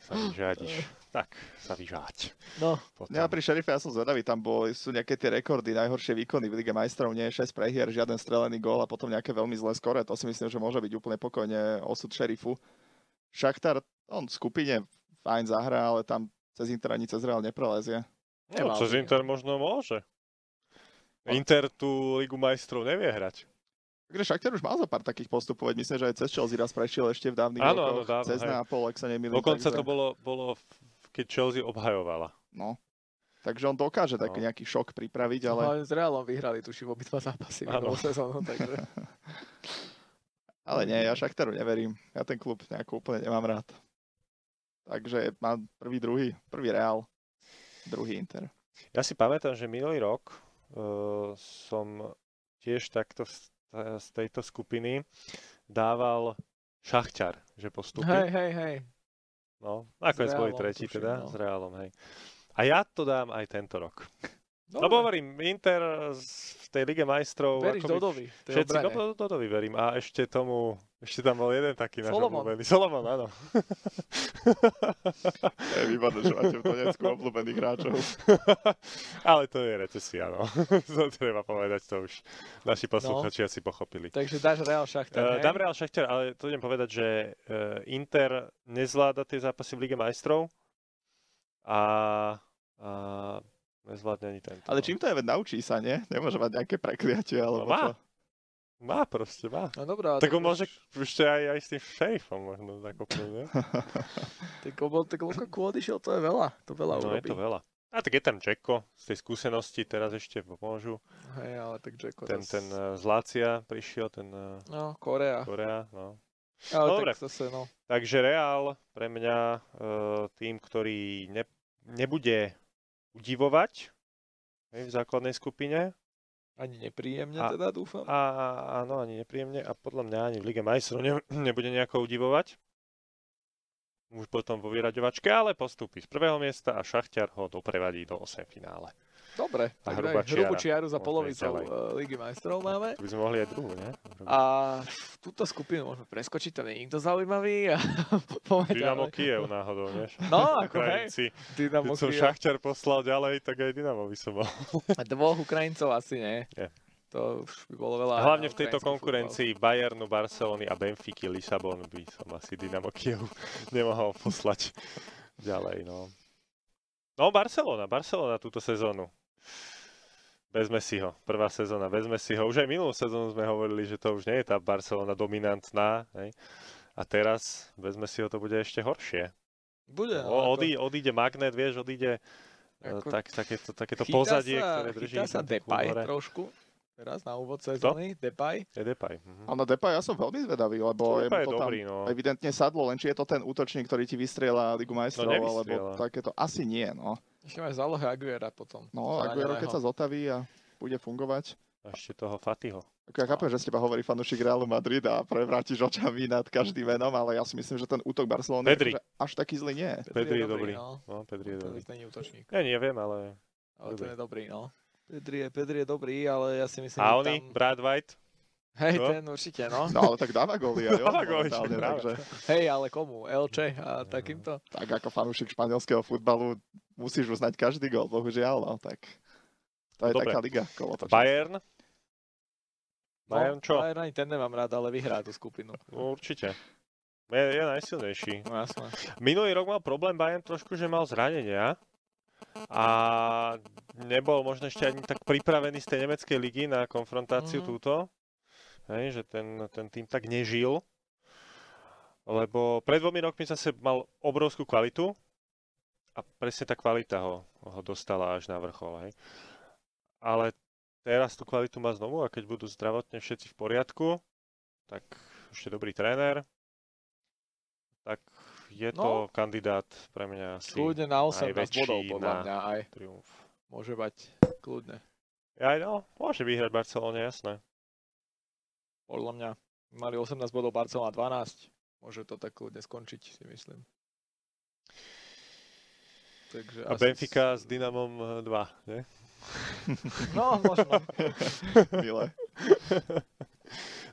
Sa
[laughs]
vyžádiš. Tak, sa vyžáď.
No,
Potom.
Ja pri šerife ja som zvedavý, tam boli, sú nejaké tie rekordy, najhoršie výkony v Lige majstrov, nie 6 prehier, žiaden strelený gól a potom nejaké veľmi zlé skore. To si myslím, že môže byť úplne pokojne osud šerifu. Šachtar, on v skupine fajn zahrá, ale tam cez Inter ani cez Real neprelezie.
No,
Nemal by.
cez Inter možno môže. Inter tú Ligu majstrov nevie hrať.
Takže Šachtar už mal za pár takých postupov, veď myslím, že aj cez Chelsea raz prešiel ešte v dávnych
Áno, áno,
rokoch,
dávno,
cez
hej.
Neapol, ak sa nemýlim.
Dokonca
takže-
to bolo, bolo v- keď Chelsea obhajovala.
No. Takže on dokáže taký
No.
nejaký šok pripraviť, ale...
ale... No, s Realom vyhrali, tuším, obidva zápasy
Áno.
minulú sezónu, takže...
[laughs]
Ale nie, ja Šachtaru neverím. Ja ten klub nejako úplne nemám rád. Takže mám prvý, druhý, prvý Real, druhý Inter.
Ja si pamätám, že minulý rok uh, som tiež takto z, z tejto skupiny dával šachťar, že postupí.
Hej, hej, hej.
No, nakoniec boli
Reálom,
tretí
tuším,
teda,
no.
s Reálom, hej. A ja to dám aj tento rok.
Dobre.
Lebo hovorím, Inter z- v tej Lige majstrov...
Veríš
akoby
Dodovi, to je
Všetci, no do, Dodovi verím. A ešte tomu, ešte tam bol jeden taký náš
Solomon.
obľúbený. Solomon, áno. [laughs]
Je výborné, že máte v Donecku obľúbených hráčov.
[laughs] Ale to je recesia, no. [laughs] to treba povedať, to už naši posluchači
No.
asi pochopili.
Takže dáš Real Šachtar,
Uh,
hej?
dám Real Šachter, ale to idem povedať, že uh, Inter nezvláda tie zápasy v Lige majstrov a, a nezvládne ani tento.
Ale
no.
čím to je, veď naučí sa, nie? Nemôže mať nejaké prekliatie, alebo
No má.
čo?
Má proste, má.
No dobrá,
Tak on môže ešte aj, aj s tým šerifom možno zakopnúť,
[laughs]
ne?
Tak on bol, tak Lukaku odišiel, to je veľa. To veľa
No je
urobí.
to veľa. A tak je tam Čeko, z tej skúsenosti teraz ešte pomôžu.
Hej, ale tak Jacko...
Ten,
zas-
ten eh, z Lácia prišiel, ten eh,
No, Korea.
Korea, no.
Ale
Dobre.
tak zase, no.
Takže Real pre mňa eh, tým, ktorý ne, nebude udivovať hej, v základnej skupine.
Ani nepríjemne
A-
teda, dúfam.
A áno, ani nepríjemne. A podľa mňa ani v Lige majstrov ne, [clears throat] nebude nejako udivovať. Už potom vo vyraďovačke, ale postupí z prvého miesta a Šachťar ho doprevadí do 8 finále.
Dobre,
A
tak
hrubá
daj, hrubú
čiara.
čiaru za
Môžeme ísť
polovicu
ďalej.
eh, Ligy majstrov máme.
To by sme mohli aj druhú, ne?
A túto skupinu môžeme preskočiť, tam je nikto zaujímavý. [laughs] A poďme
Dynamo
ďalej.
Kiev náhodou, vieš?
No, ako hej.
Ukrajinci.
Dynamo
Keď som
Kiev.
Šachťar poslal ďalej, tak aj Dynamo by som bol.
A dvoch Ukrajincov asi nie.
Nie.
To už by bolo veľa.
Hlavne
na
v tejto
ukrajinský
konkurencii Bayernu, Barcelony a Benfiky Lisabon by som asi Dynamo Kiev [laughs] nemohol poslať ďalej, no. No, Barcelona, Barcelona túto sezónu. Vezme si ho. Prvá sezóna, vezme si ho. Už aj minulú sezónu sme hovorili, že to už nie je tá Barcelona dominantná. Hej. A teraz, vezme si ho, to bude ešte horšie.
futbal. Bude. no, ale
O,
to-
odí, odíde magnet, vieš, odíde e,
Ako-
tak, takéto, takéto
chytá
pozadie,
sa-
ktoré drží.
Chytá sa
Atlético
Depay
hore.
trošku. Teraz na úvod sezóny. Depay.
Je Depay. mhm.
A na Depa ja som veľmi zvedavý, lebo je mu
Depay je
to tam
dobrý, no.
evidentne sadlo, len či je to ten útočník, ktorý ti vystrieľa Ligu majstrov,
nevystrieľa.
alebo takéto. Asi nie, no.
Ešte máš zálohe Aguera potom.
No, Aguero, keď sa zotaví a bude fungovať.
A Ešte toho Fatiho.
Ako ja chápem, že s teba hovorí fanúšik Realu Madrid a prevrátiš očami nad každým menom, ale ja si myslím, že ten útok Barcelony
Pedri.
akože až taký zlý nie je.
Pedri je dobrý.
No,
No, Pedri je
to
dobrý.
není útočník.
Ja neviem, ale...
Ale
Dobrý.
ten je dobrý, no. Pedri je, Pedri je dobrý, ale ja si myslím, že
A oni?
tam...
Brad White?
Hej,
čo?
ten určite, no.
No ale tak
[laughs]
dáva góly aj on
Dáva góly,
momentálne,
však práve.
takže
Hej, ale komu? LČ a
Mhm.
takýmto?
tak ako fanúšik španielského futbalu musíš uznať každý gól, bohužiaľ, no tak to je
No, Dobre.
taká liga kolo to.
Bayern? Bayern No, čo?
Bayern ani ten nemám rád, No, ale vyhrá tú skupinu.
No, určite. Je, je najsilnejší.
No jasné.
Minulý rok mal problém Bayern trošku, že mal zranenia a nebol možno ešte ani tak pripravený z tej nemeckej ligy na konfrontáciu
Mhm.
túto. Hej, že ten, ten tým tak nežil. Lebo pred dvomi rokmi zase mal obrovskú kvalitu a presne tá kvalita ho, ho dostala až na vrchol. Hej. Ale teraz tú kvalitu má znovu a keď budú zdravotne všetci v poriadku, tak ešte dobrý tréner, tak je to
No.
kandidát pre mňa asi
Kľudne na 18 bodov,
najväčší
podľa
na-
mňa aj.
triumf.
Môže mať kľudne.
Aj no, môže vyhrať Barcelona, jasné.
Podľa mňa mali 18 bodov Barcelona 12. Môže to tak kľudne skončiť, si myslím. Takže
A
asi-
Benfica s Dynamom 2,
[laughs]
ne? [laughs]
No, možno.
Milé.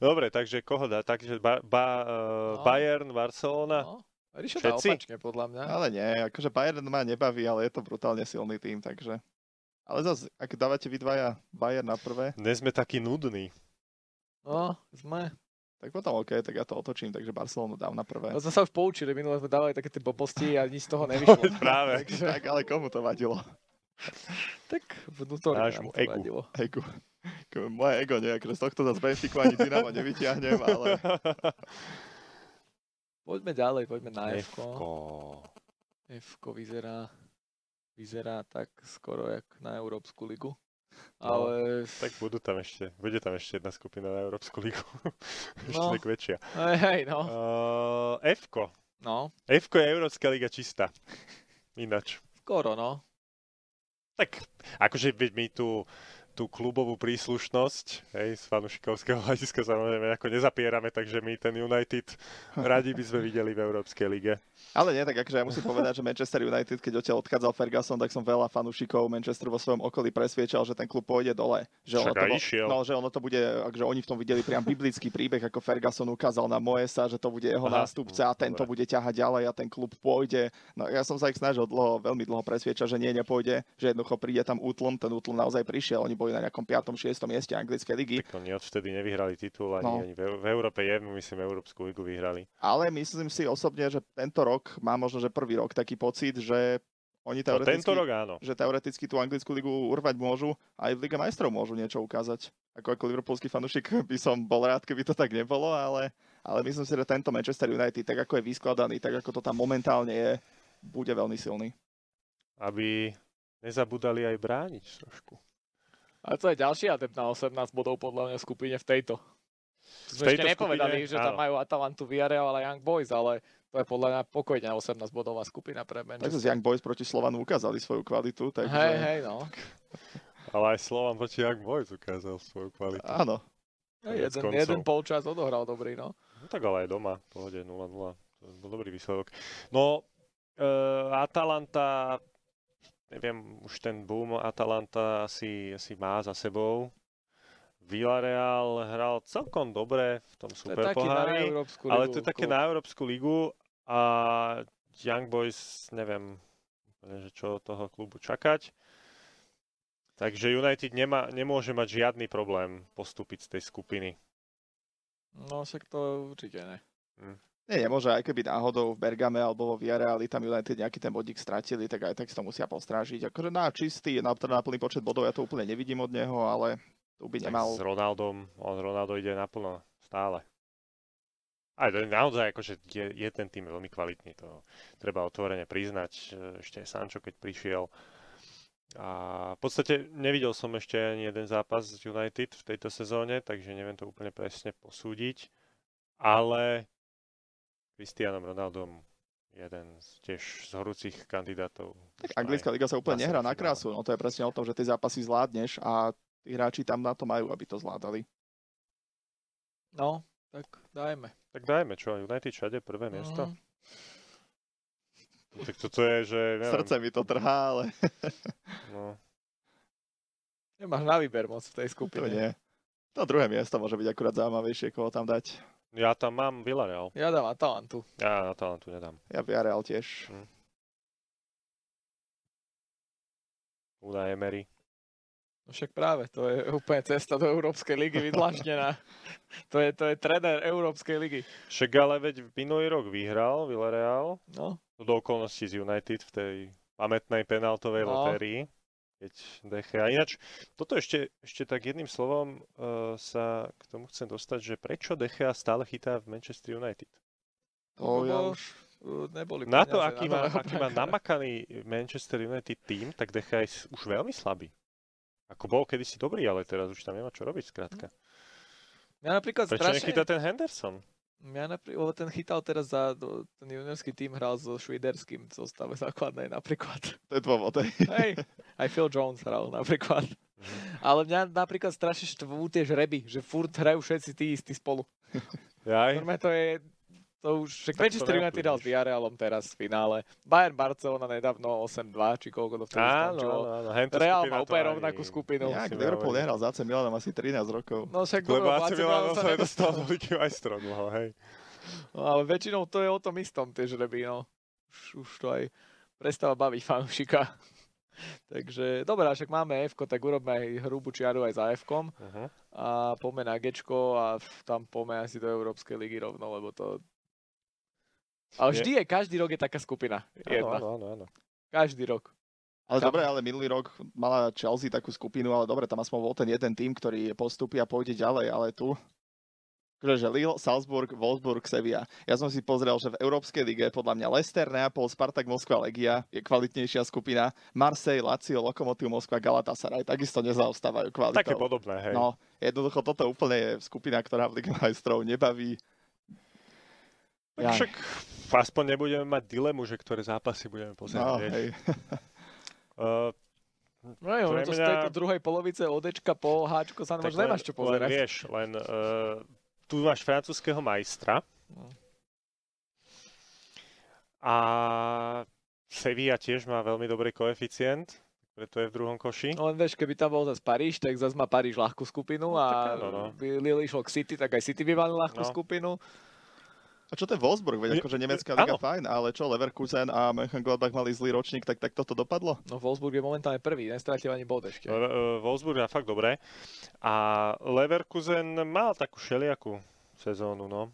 Dobre, takže koho dá? Takže ba, ba, eh,
No.
Bayern, Barcelona.
No. Rišo dá
Všetci?
opačne, podľa mňa.
Ale nie, akože Bayern ma nebaví, ale je to brutálne silný tým, takže... Ale zase, ak dávate vy dvaja Bayern na prvé,
Dnes sme takí nudní.
[laughs]
[laughs]
No, sme.
tak potom OK, tak ja to otočím, takže Barcelonu dám na prvé.
No,
No, To sme sa už poučili, minule sme dávali také tie blbosti a nič z
[laughs]
toho nevyšlo.
Práve.
Takže,
Tak, ale komu to vadilo?
tak vnútorne
Nášmu
nám to
egu.
vadilo.
Ego. Ko- Moje ego nie, akože z tohto zase Benfiku ani Dynamo nevyťahnem,
[laughs]
ale...
Poďme ďalej, poďme na F.
Ko.
F vyzerá, vyzerá tak skoro jak na Európsku ligu.
No,
Ale...
Tak budú tam ešte, bude tam ešte jedna skupina na Európsku ligu. [laughs] ešte
No.
tak väčšia.
[laughs] Hej, hej,
Oh.
no.
Uh, F-ko.
No,
F-ko je Európska liga čistá. Ináč.
skoro, no.
Tak, akože veď my tú, tú klubovú príslušnosť, hej, z fanušikovského [laughs] hľadiska samozrejme ako nezapierame, takže my ten
[laughs]
United radi by sme videli v Európskej lige.
Ale nie, tak akože ja musím povedať, že Manchester United, keď odtiaľ odchádzal Ferguson, tak som veľa fanúšikov Manchesteru vo svojom okolí presviečal, že ten klub pôjde dole. Že
Však
ono to,
aj
bo-
išiel.
no, že ono to bude, akože oni v tom videli priam biblický príbeh, ako Ferguson ukázal na Moesa, že to bude jeho
Aha,
nástupca a ten to bude ťahať ďalej a ten klub pôjde. No ja som sa ich snažil dlho, veľmi dlho presviečať, že nie, nepôjde, že jednoducho príde tam útlom, ten útlom naozaj prišiel, oni boli na nejakom 5. 6. mieste anglickej ligy.
Tak oni odvtedy nevyhrali titul, ani,
No.
ani v, Eur- v Európe jednu, myslím, Európsku ligu vyhrali.
Ale myslím si osobne, že tento rok má možno, že prvý rok taký pocit, že oni
No,
teoreticky,
tento rok áno.
že teoreticky tú anglickú ligu urvať môžu a aj v Lige majstrov môžu niečo ukázať. Ako, ako liverpoolský fanúšik by som bol rád, keby to tak nebolo, ale, ale myslím si, že tento Manchester United, tak ako je vyskladaný, tak ako to tam momentálne je, bude veľmi silný.
Aby nezabudali aj brániť trošku.
A to je ďalší adept na 18 bodov podľa mňa v skupine v tejto.
V
Sme
tejto
ešte nepovedali,
skupine?
že tam
Áno.
majú Atalantu, Villarreal a Young Boys, ale to je podľa mňa pokojne 18 bodová skupina pre
Takže
Manchester.
z Young Boys proti Slovanu ukázali svoju kvalitu, takže
Hej, hej, no.
Ale aj Slovan proti Young Boys ukázal svoju kvalitu.
áno.
Jeden,
Konec koncov.
jeden polčas odohral dobrý, no.
No tak ale aj doma, v pohode 0-0. To bol dobrý výsledok. No, e, Atalanta, neviem, už ten boom Atalanta asi, asi má za sebou. Villarreal hral celkom dobre v tom
To je taký na
superpohári,
Európsku
ale
ligu
to je také
klub.
na Európsku ligu a Young Boys, neviem, úplne, že čo od toho klubu čakať. Takže United nemá, nemôže mať žiadny problém postúpiť z tej skupiny.
No však to určite ne.
Nie, nemôže, aj keby náhodou v Bergame alebo vo Viareali tam United nejaký ten bodík stratili, tak aj tak si to musia postrážiť. Akože na čistý, na, teda na plný počet bodov ja to úplne nevidím od neho, ale tu by
Tak
nemal...
S Ronaldom, on Ronaldo ide naplno, stále. Aj to je naozaj, akože je, je ten tým veľmi kvalitný, to treba otvorene priznať. Ešte aj Sancho, keď prišiel. A v podstate nevidel som ešte ani jeden zápas z United v tejto sezóne, takže neviem to úplne presne posúdiť. Ale Cristianom Ronaldom jeden z tiež z horúcich kandidátov.
Tak anglická liga sa úplne
Zase
nehrá
v finále.
na krásu, no to je presne o tom, že tie zápasy zvládneš a tí hráči tam na to majú, aby to zvládali.
No, tak dajme.
Tak dajme, čo, United všade prvé miesto?
Mhm.
Tak toto je, že... Neviem,
Srdce mi to trhá, ale
No,
Nemáš na výber moc v tej
to
skupine.
nie. To druhé miesto môže byť akurát zaujímavejšie, koho tam dať.
ja tam mám Villarreal.
Ja dám Atalantu.
Ja na Talantu nedám.
Ja Viareal tiež.
Una Emery.
No však práve, to je úplne cesta do Európskej ligy
[laughs]
vydlaždená. to, je, to je tréner Európskej ligy.
Však ale veď minulý rok vyhral Villarreal
No,
do okolností z United v tej pamätnej penaltovej
No.
lotérii. keď deche. A ináč, toto ešte, ešte tak jedným slovom uh, sa k tomu chcem dostať, že prečo Dechea stále chytá v Manchester United?
No,
To ja
Lebo
už...
uh, neboli
Na to,
peniaze
aký má,
nového
aký má
brankára.
namakaný Manchester United tým, tak Dechea je s- už veľmi slabý. Ako bol kedysi dobrý, ale teraz už tam nemá čo robiť, skrátka.
Mňa napríklad
Prečo
strašne...
nechytá ten Henderson?
Mňa napríklad, lebo ten chytal teraz za... do- Ten juniorský tým hral so švýderským v zostave základnej napríklad.
To je dôvod, hej.
[laughs]
Hej, aj Phil Jones hral napríklad.
Mhm.
Ale mňa napríklad strašne štvú tie žreby, že furt hrajú všetci tí istí spolu.
Jaj.
Normálne to je... To už, však
Tak to
Manchester United dal s
neovplyvníš.
Villarealom teraz v finále. Bayern Barcelona nedávno 8-2, či koľko to vtedy
Áno,
skončilo.
áno, áno. hento
Real má
skupina to
úplne
ani-
rovnakú skupinu.
Ja,
Jak
si
Liverpool
hovorím.
nehral za AC Milanom asi 13 rokov.
No však
Lebo
dobre,
AC
Lazio
Milan
sa
sa nedostal [laughs]
nedostal.
do Ligy majstrov dlho, hej.
No, ale väčšinou to je o tom istom, tie žreby, no. Už, už to aj prestáva baviť fanúšika. [laughs] Takže, dobrá, však máme f tak urobme aj hrubú čiaru aj za f
Uh-huh.
a poďme na g a v- tam poďme asi do Európskej ligy rovno, lebo to... Ale
Je-
vždy je, každý rok je taká skupina.
Áno,
Jedna.
áno, áno, áno.
Každý rok.
Ale
Tam-
dobre, ale minulý rok mala Chelsea takú skupinu, ale dobre, tam aspoň bol ten jeden tým, ktorý postupí a pôjde ďalej, ale tu... Akože, že Lille, Salzburg, Wolfsburg, Sevilla. Ja som si pozrel, že v Európskej lige podľa mňa Leicester, Neapol, Spartak, Moskva, Legia je kvalitnejšia skupina. Marseille, Lazio, Lokomotív, Moskva, Galatasaray takisto nezaostávajú kvalitou.
Také podobné, hej.
No, jednoducho toto úplne je skupina, ktorá v Lige majstrov nebaví.
Tak
Ja.
však aspoň nebudeme mať dilemu, že ktoré zápasy budeme pozerať.
No,
vieš.
hej.
Uh,
No jo,
Pre
to z
mňa-
tejto druhej polovice odečka po háčko sa už nemáš čo
Len,
pozerať.
vieš, len uh, tu máš francúzského majstra
No.
a Sevilla tiež má veľmi dobrý koeficient, preto je v druhom koši.
No len vieš, keby tam bol zase Paríž, tak zase má Paríž ľahkú skupinu
No,
a
tak áno, no.
by Lille išlo k City, tak aj City by mali ľahkú
No.
skupinu.
A čo ten Wolfsburg?
Je-
Veď akože nemecká liga
áno.
fajn, ale čo Leverkusen a Mönchengladbach mali zlý ročník, tak, tak toto dopadlo?
No Wolfsburg je momentálne prvý, nestratil ani bod ešte.
Le- eh, Wolfsburg má fakt dobré. A Leverkusen mal takú šeliakú sezónu, no.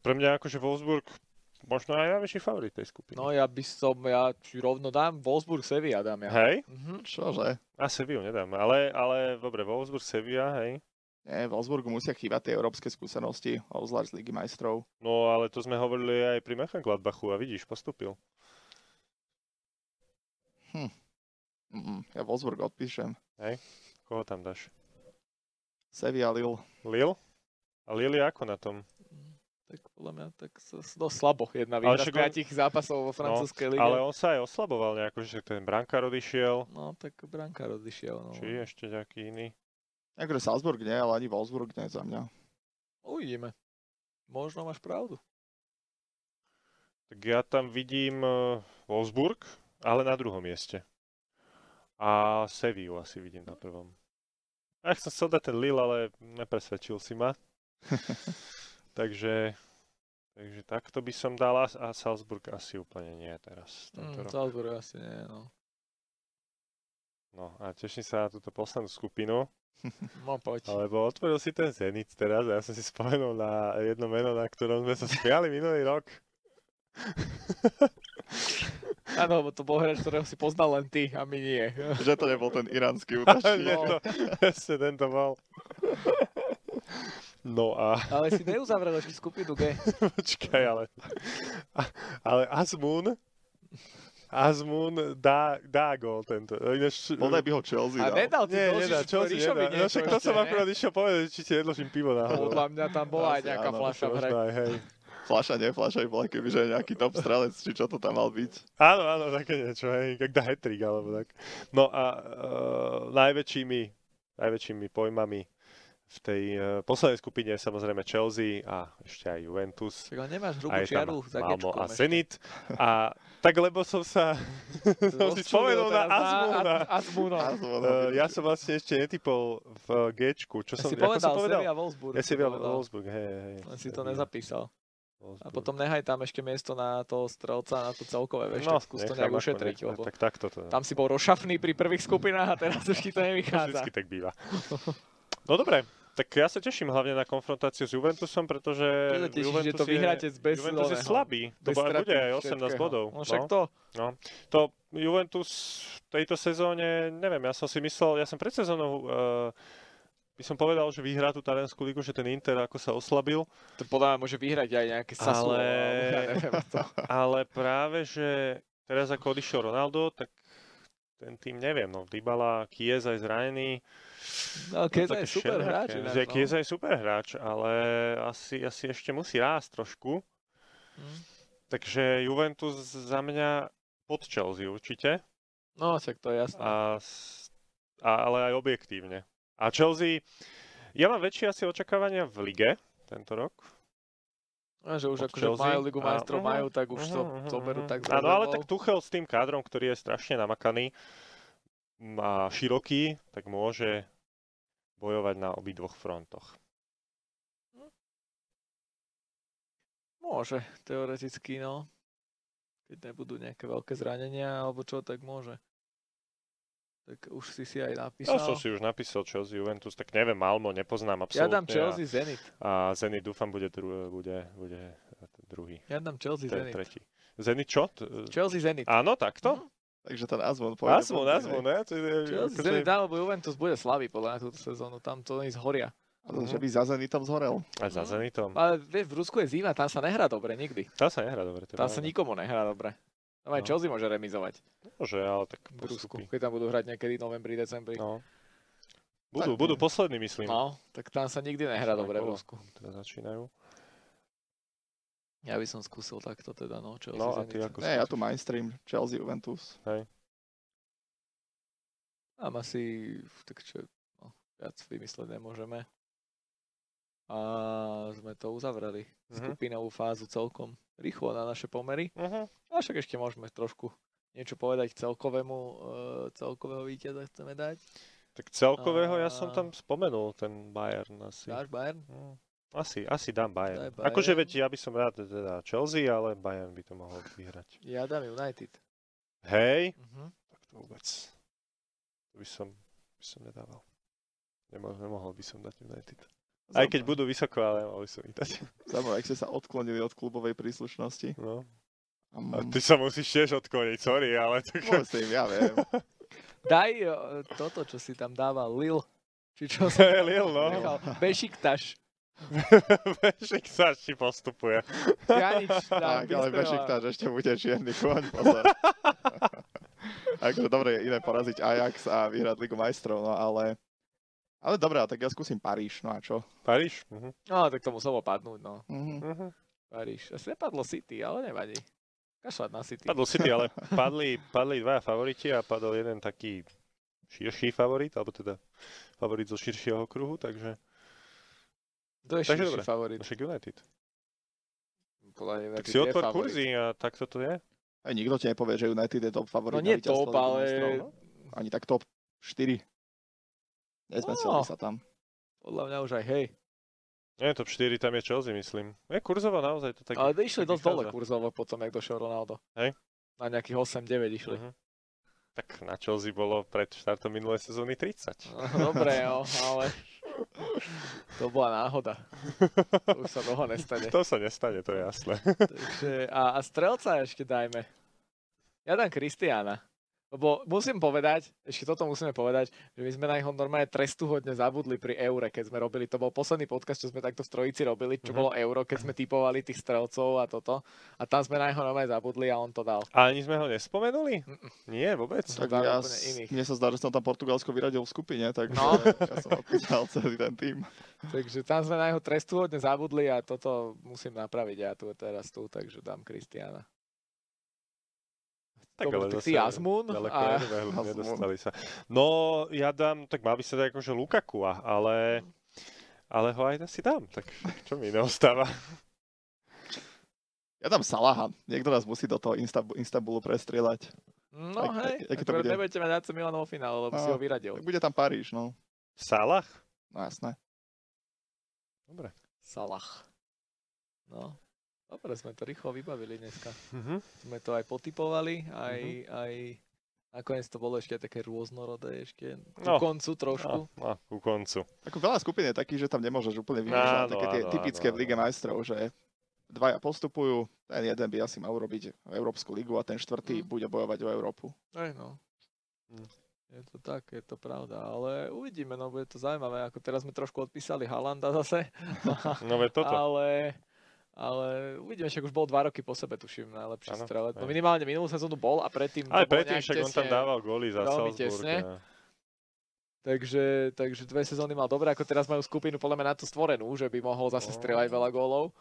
Pre mňa akože Wolfsburg možno aj najväčší favorit tej skupiny.
No ja by som, ja ti rovno dám, Wolfsburg Sevilla dám ja.
Hej?
Mhm.
Čože?
A Sevillu nedám, ale, ale dobre, Wolfsburg, Sevilla, hej.
Nie, Wolfsburgu musia chýbať tie európske skúsenosti, obzvlášť z Ligy majstrov.
No ale to sme hovorili aj pri Mönchengladbachu a vidíš, postupil.
Mm, ja Wolfsburg odpíšem.
Koho tam dáš?
Sevilla, Lille.
Lille? A Lille je ako na tom?
Tak podľa mňa tak sa s- dosť slabo jedna
Ale
výhra z
však on- no,
piatich zápasov vo francúzskej lige.
Ale on sa aj oslaboval nejako, že ten brankár odišiel,
No tak brankár odišiel. No.
či ešte nejaký iný.
Akože Salzburg nie, ale ani Wolfsburg nie za mňa.
Uvidíme. Možno máš pravdu.
Tak ja tam vidím eh, Wolfsburg, ale na druhom mieste. A Sevillu asi vidím na prvom. A ja som chcel dať ten Lille, ale nepresvedčil si ma. takže, takže takto by som dal a- a Salzburg asi úplne nie teraz.
Mm,
tento rok.
Salzburg asi nie, no.
No a teším sa na túto poslednú skupinu,
No poď.
lebo otvoril si ten Zenit teraz a ja som si spomenul na jedno meno, na ktorom sme sa smiali minulý rok.
[laughs] Áno, lebo to bol hráč, ktorého si poznal len ty a my nie.
[laughs] Že to nebol ten [laughs] iránsky
Nie,
útočník.
to, presne tento bol. No a [laughs]
Ale si neuzavrel ešte skupinu G.
počkaj, ale, a- ale Azmun, Azmun dá, dá gól tento. Ináč,
Podaj by ho Chelsea no.
A
dal.
nedal ti
nie,
to,
nedá,
že
čo si
Ríšovi
nedá. No
niečo
však to
ešte,
som
ne?
akorát išiel povedať, či ti jedložím pivo náhodou.
Podľa mňa tam bola aj
Asi
nejaká
áno,
fľaša v hre.
Možno aj, hej.
Flaša, nie, flaša by bola, kebyže nejaký top strelec, či čo to tam mal byť.
Áno, áno, také niečo, hej, jak dá hetrik, alebo tak. No a uh, najväčšími, najväčšími pojmami v tej uh, poslednej skupine je samozrejme Chelsea a ešte aj Juventus.
Však ale nemáš hrubú
A je tam
čiaru za
Malmo
gečkom
a
ešte.
[laughs] Zenit. A tak lebo som
[laughs]
sa som si
Rozčulil
spomenul na
teraz
Azmuna.
Az- Azmuna.
A to bolo-
Uh, ja som vlastne ešte netypol v eh, Gčku. Čo
Ja
som,
si
ako
povedal,
som povedal?
Sevilla Wolfsburg.
Ja si
si
vial
povedal.
Wolfsburg, hej, hej.
Len si to
Sevilla,
nezapísal. A
Wolfsburg.
potom nehaj tam ešte miesto na toho strelca, na to celkové, vieš, no, tak skús to
No, nechám
nejak
ako
ušetriť,
nech-
lebo
Tak takto to. [laughs]
tam si bol rošafný pri prvých skupinách a teraz už ti to
to
[laughs] nevychádza.
vždycky tak býva. No dobre, Tak ja sa teším hlavne na konfrontáciu s Juventusom, pretože
Čo sa tešíš, že to vyhráte z bez
Juventus je
Sloveho?
slabý, to
Bez
ba-
straty,
bude aj 18
všetkého.
bodov.
No však to.
To Juventus v tejto sezóne, neviem, ja som si myslel, ja som pred sezónou, uh, by som povedal, že vyhrá tú Taliansku ligu, že ten Inter ako sa
[laughs]
oslabil,
To podľa mňa môže vyhrať aj nejaké Sassuolo.
Ale- No,
alebo Ja neviem, to.
ale práve, že teraz ako odišiel Ronaldo, tak ten tým neviem, no Dybala, Chiesa je zranený.
No, Keza
také
je super
všelijaké.
hráč. ináč,
Že
no.
Chiesa je super hráč, ale asi, asi ešte musí rásť trošku.
Mm.
Takže Juventus za mňa pod Chelsea určite.
No, však to je jasné.
a, s- a, ale aj objektívne. A Chelsea, ja mám väčšie asi očakávania v lige tento rok.
No, že už
od
akože
Chelsea.
majú Ligu
A-
majstrov,
Mhm,
majú, tak už to,
Mhm,
to
mhm,
berú
mhm.
tak no.
Áno, ale tak Tuchel s tým kádrom, ktorý je strašne namakaný a široký, tak môže bojovať na obidvoch frontoch.
Môže, teoreticky, no. Keď nebudú nejaké veľké zranenia, alebo čo, tak môže. Tak už si si aj
Ja
napísal.
som si už napísal Chelsea Juventus, tak neviem, Malmo nepoznám
ja
absolútne.
dám Chelsea Zenit.
A, a Zenit dúfam bude, dru- bude, bude druhý,
Ja dám Chelsea Zenit.
ten tretí. Zenit čo? T-
Chelsea Zenit.
Áno, takto?
Takže ten Azvon pôjde.
Azvon, Azvon, ne? To je,
Mhm, Chelsea
akože-
Zenit, alebo Juventus bude slabý podľa mňa túto sezónu, tam to oni zhoria.
A to, že by za Zenitom zhorel.
No.
A za Zenitom.
Ale vieš, v Rusku je zima, tam sa nehrá dobre nikdy.
Tá sa nehrá dobre. teda. to je
Tam sa
pravda.
nikomu nehrá dobre. Tam aj
No.
Chelsea môže remizovať
Môže, ale tak
v Rusku,
postupí.
keď tam budú hrať niekedy novembri, decembri.
No. Budú,
Tak,
budú
no.
poslední, myslím.
No, tak tam sa nikdy nehrá
Čo
dobre v
bolo?
Rusku.
Teda začínajú.
Ja by som skúsil takto teda, no, Chelsea
No a
Zenit.
ty ako
Ne, ja tu mainstream, Chelsea, Juventus.
Mám asi, tak čo, no, viac vymysleť nemôžeme. A sme to uzavreli.
Mhm.
Skupinovú fázu celkom rýchlo na naše pomery.
Mhm.
A však ešte môžeme trošku niečo povedať k celkovému, uh, celkového víťaza chceme dať.
Tak celkového ja som
A-
tam spomenul, ten Bayern asi.
Dáš Bayern?
Mm. Asi, asi dám Bayern.
Daj Bayern.
Akože veď ja by som rád teda Chelsea, ale Bayern by to mohol vyhrať.
Ja dám United.
Hej,
Uh-huh.
tak to vôbec. To by som, by som nedával. Nemohol, nemohol by som dať United. Aj keď budú vysoko, ale nemohol by som ich dať. [laughs]
Zaujímavé, ak ste sa odklonili od klubovej príslušnosti.
No. A
Um,
ty sa musíš tiež odkloniť, sorry, ale tak... [laughs]
Musím, ja viem.
Daj eh, toto, čo si tam dával, Lil. Či čo som
Hej, Lil, no.
nechal. Bešiktaš.
Bešiktáš ti postupuje.
Ja nič dám.
tak, ale
Bystrova.
Bešiktáš ešte bude čierny kôň,
[laughs]
pozor. Akože dobre je iné poraziť Ajax a vyhrať Ligu majstrov, no ale... Ale dobrá, tak ja skúsim Paríž, no a čo?
Paríž? Mhm.
No, tak to muselo padnúť, no.
Mhm.
Mhm.
Paríž. Asi nepadlo City, ale nevadí. Kašľať na City.
Padol City, ale padli, padli dva favoriti a padol jeden taký širší favorit, alebo teda favorit zo širšieho kruhu, takže
To je
Takže
širší
dobre.
favorit.
však United.
Podľa mňa
Tak
United
si
je
otvor
favorit.
kurzy a tak toto je.
Aj nikto ti nepovie, že United je top favorit.
No
na
nie top,
víťazstvo Ligy
ale...
majstrov, no. Ani tak top 4. Nezmesili
No.
sa tam.
Podľa mňa už aj hej.
Nie, top 4 tam je Chelsea, myslím. Je kurzovo naozaj to tak.
Ale išli
tak
dosť dole
vychádza.
kurzovo potom, jak došiel Ronaldo.
Hej.
Na nejakých 8-9 išli.
Mhm. Tak na Chelsea bolo pred štartom minulej sezóny 30.
No, [laughs] Dobre, jo, ale... To bola náhoda. No, To už sa dlho
[laughs]
nestane.
To sa nestane, to je jasné.
Takže, a, a strelca ešte dajme. Ja dám Kristiána. Lebo musím povedať, ešte toto musíme povedať, že my sme na jeho normálne trestuhodne zabudli pri eure, keď sme robili, to bol posledný podcast, čo sme takto v trojici robili, čo
Mhm.
bolo euro, keď sme typovali tých strelcov a toto. A tam sme na jeho normálne zabudli a on to dal.
A ani sme ho nespomenuli? Nie, vôbec.
Som
Tak
dal
ja,
úplne
s-
iných.
mne sa zdá, že som tam Portugalsko vyradil v skupine, takže
No.
[laughs] ja som opýtal celý ten tým.
Takže tam sme na jeho trestuhodne zabudli a toto musím napraviť ja tu teraz tu, takže dám Kristiána.
Tak
Dobre,
ale
tak
zase
ty Asmun
ďaleko
a-
nedobehli,
Asmun.
nedostali sa. No, ja dám, tak mal by sa dať akože Lukaku, a- ale, ale ho aj asi dám, tak čo mi neostáva? [laughs]
Ja tam Salaha. Niekto nás musí do toho Instab- Istanbulu prestrieľať.
No
Ak-
hej,
ak- aký to
akurát
bude?
nebudete mať AC Milan vo finále, lebo si
No,
ho vyradil.
Tak bude tam Paríž, no.
Salah?
No jasné.
Dobre.
Salah. No, dobre, sme to rýchlo vybavili dneska.
Mhm.
Sme to aj potipovali, aj, mm-hmm. aj, Nakoniec to bolo ešte také rôznorodé, ešte ku
No.
koncu trošku.
No, no, ku koncu.
Ako veľa skupín je takých, že tam nemôžeš úplne vymýšľať
Áno,
také tie
áno,
typické
áno,
v Lige
áno.
majstrov, že dvaja postupujú, ten jeden by asi mal urobiť Európsku ligu a ten štvrtý
Mm.
bude bojovať o Európu.
Aj no.
Mm.
Je to tak, je to pravda, ale uvidíme, no bude to zaujímavé, ako teraz sme trošku odpísali Halanda zase,
No veď toto.
ale, ale uvidíme, však už bol dva roky po sebe, tuším, najlepší
Áno,
strelec. No
hej.
minimálne minulú sezónu bol a predtým
Aj
to bolo
predtým,
nejak
však on tam
tesne.
dával góly za
veľmi
Salzburg.
tesne.
a-
Takže, takže dve sezóny mal dobre, ako teraz majú skupinu podľa mňa na to stvorenú, že by mohol zase
No.
strieľať veľa gólov.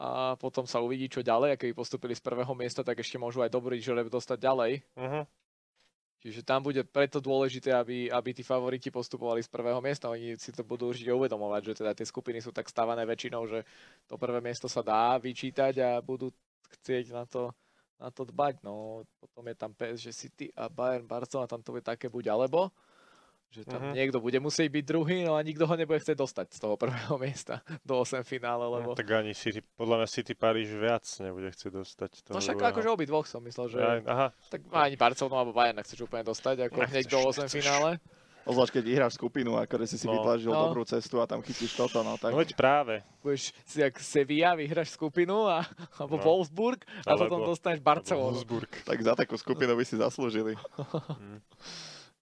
A potom sa uvidí, čo ďalej, a keby postupili z prvého miesta, tak ešte môžu aj dobrý žreb dostať ďalej.
Mhm.
Čiže tam bude preto dôležité, aby, aby tí favoriti postupovali z prvého miesta. Oni si to budú určite uvedomovať, že teda tie skupiny sú tak stavané väčšinou, že to prvé miesto sa dá vyčítať a budú chcieť na to, na to dbať. No, potom je tam PSG City a Bayern Barcelona, tam to bude také buď alebo, že tam
Mhm.
niekto bude musieť byť druhý, no a nikto ho nebude chcieť dostať z toho prvého [laughs] miesta do 8 finále, lebo...
No, tak ani City, podľa mňa City Paríž viac nebude chcieť dostať
No
toho
však
druhého.
akože obi dvoch som myslel, že...
Aj- Aha,
Tak ani Barcelonu alebo Bayern nechceš úplne dostať, ako hneď
Nechceš,
do 8
nechceš.
finále.
Ozvlášť, keď vyhráš skupinu, akože si si
No.
vytlažil
No.
dobrú cestu a tam chytíš toto, no tak...
no veď práve.
budeš si jak Sevilla, vyhráš skupinu a, alebo
No.
Wolfsburg a
Alebo-
potom dostaneš
Alebo
Barcelonu. [laughs]
Wolfsburg.
Tak za takú skupinu by si zaslúžili.
Mm.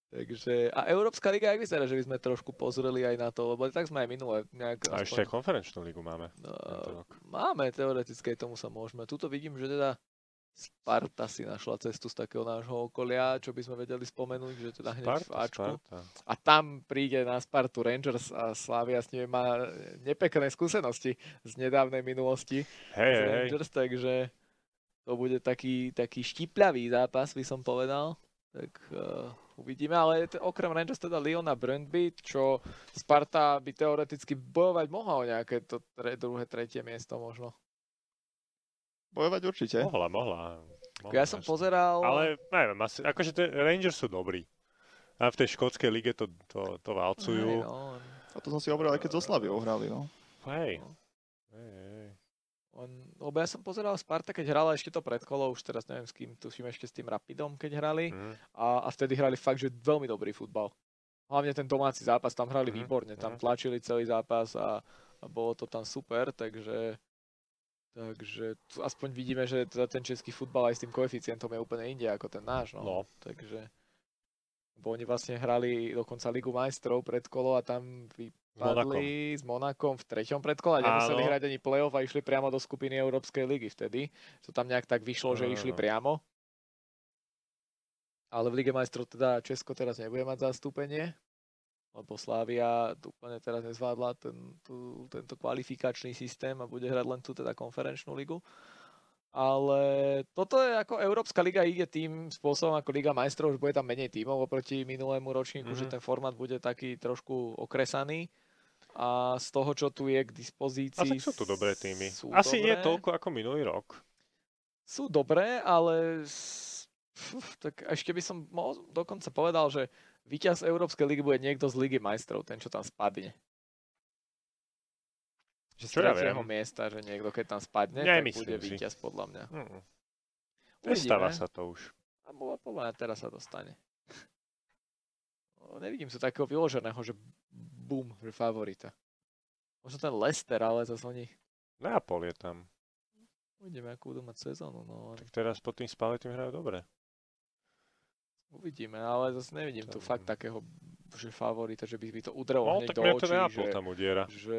Takže, a Európska liga, jak vyzerá, že by sme trošku pozreli aj na to, lebo tak sme aj minule nejak...
A ešte aj konferenčnú ligu máme.
no,
tento rok.
máme, teoretické tomu sa môžeme. Tuto vidím, že teda Sparta si našla cestu z takého nášho okolia, čo by sme vedeli spomenúť, že teda hneď v
Sparta,
Ačku.
Sparta.
A tam príde na Spartu Rangers a Slavia s nimi má nepekné skúsenosti z nedávnej minulosti. z
Hej, hej, hej.
Rangers, takže to bude taký, taký štipľavý zápas, by som povedal. Tak uh, uvidíme, ale je to, okrem Rangers teda Leona Brøndby, čo Sparta by teoreticky bojovať mohla o nejaké to tre, druhé, tretie miesto možno.
Bojovať určite.
Mohla, mohla. mohla
Ja som
jasne.
pozeral...
No, Ale neviem, asi, akože tie Rangers sú dobrí. A v tej škótskej lige to, to, to
Hej,
valcujú.
no, on,
A to som si obral, aj keď so Slaviou hrali, no.
Hej. Hej, hej.
on, lebo ja som pozeral Sparta, keď hrala ešte to pred kolo, už teraz neviem s kým, tuším ešte s tým Rapidom, keď hrali.
Mm.
a, a vtedy hrali fakt, že veľmi dobrý futbal. Hlavne ten domáci zápas, tam hrali
Mhm,
výborne, tam
mhm.
tlačili celý zápas a, a bolo to tam super, takže takže tu aspoň vidíme, že teda ten český futbal aj s tým koeficientom je úplne inde ako ten náš, no.
No,
Takže bo oni vlastne hrali dokonca Ligu majstrov pred kolo a tam
s Monakom.
vypadli s Monakom v treťom predkole, nemuseli
Áno.
hrať ani play-off a išli priamo do skupiny Európskej ligy vtedy. To tam nejak tak vyšlo, že
Áno,
išli
áno.
priamo. Ale v Lige majstrov teda Česko teraz nebude mať zastúpenie, lebo Slávia t- úplne teraz nezvládla ten, tú, tento kvalifikačný systém a bude hrať len tú teda konferenčnú ligu. Ale toto je ako Európska liga ide tým spôsobom ako Liga majstrov, už bude tam menej tímov oproti minulému ročníku, že
Mhm.
ten format bude taký trošku okresaný. A z toho, čo tu je k
A
dispozícii...
tak sú tu dobré týmy.
Sú
Asi nie
dobré.
toľko ako minulý rok.
Sú dobré, ale... s- Fuf, tak ešte by som mo- dokonca povedal, že víťaz Európskej ligy bude niekto z Ligy majstrov, ten, čo tam spadne. Že z
Čo ja
tretieho
viem.
miesta, že niekto, keď tam spadne, tak
Nemyslím
bude
si.
víťaz podľa mňa.
Mm.
Uvidíme.
Nestáva sa to už.
A bola podľa mňa teraz sa dostane. No, Nevidím sa takého vyloženého, že bum, že favorita. Možno ten Lester, ale zase oni
Neapol je tam.
uvidíme, akú budú mať sezónu. No, ale
Tak teraz pod tým spaletým hrajú dobre.
uvidíme, ale zase nevidím tu
Tam-
fakt takého, že favorita, že by, by to udrelo
No,
hneď
tak
do
mňa
očí,
ten Neapol
že,
tam udiera.
že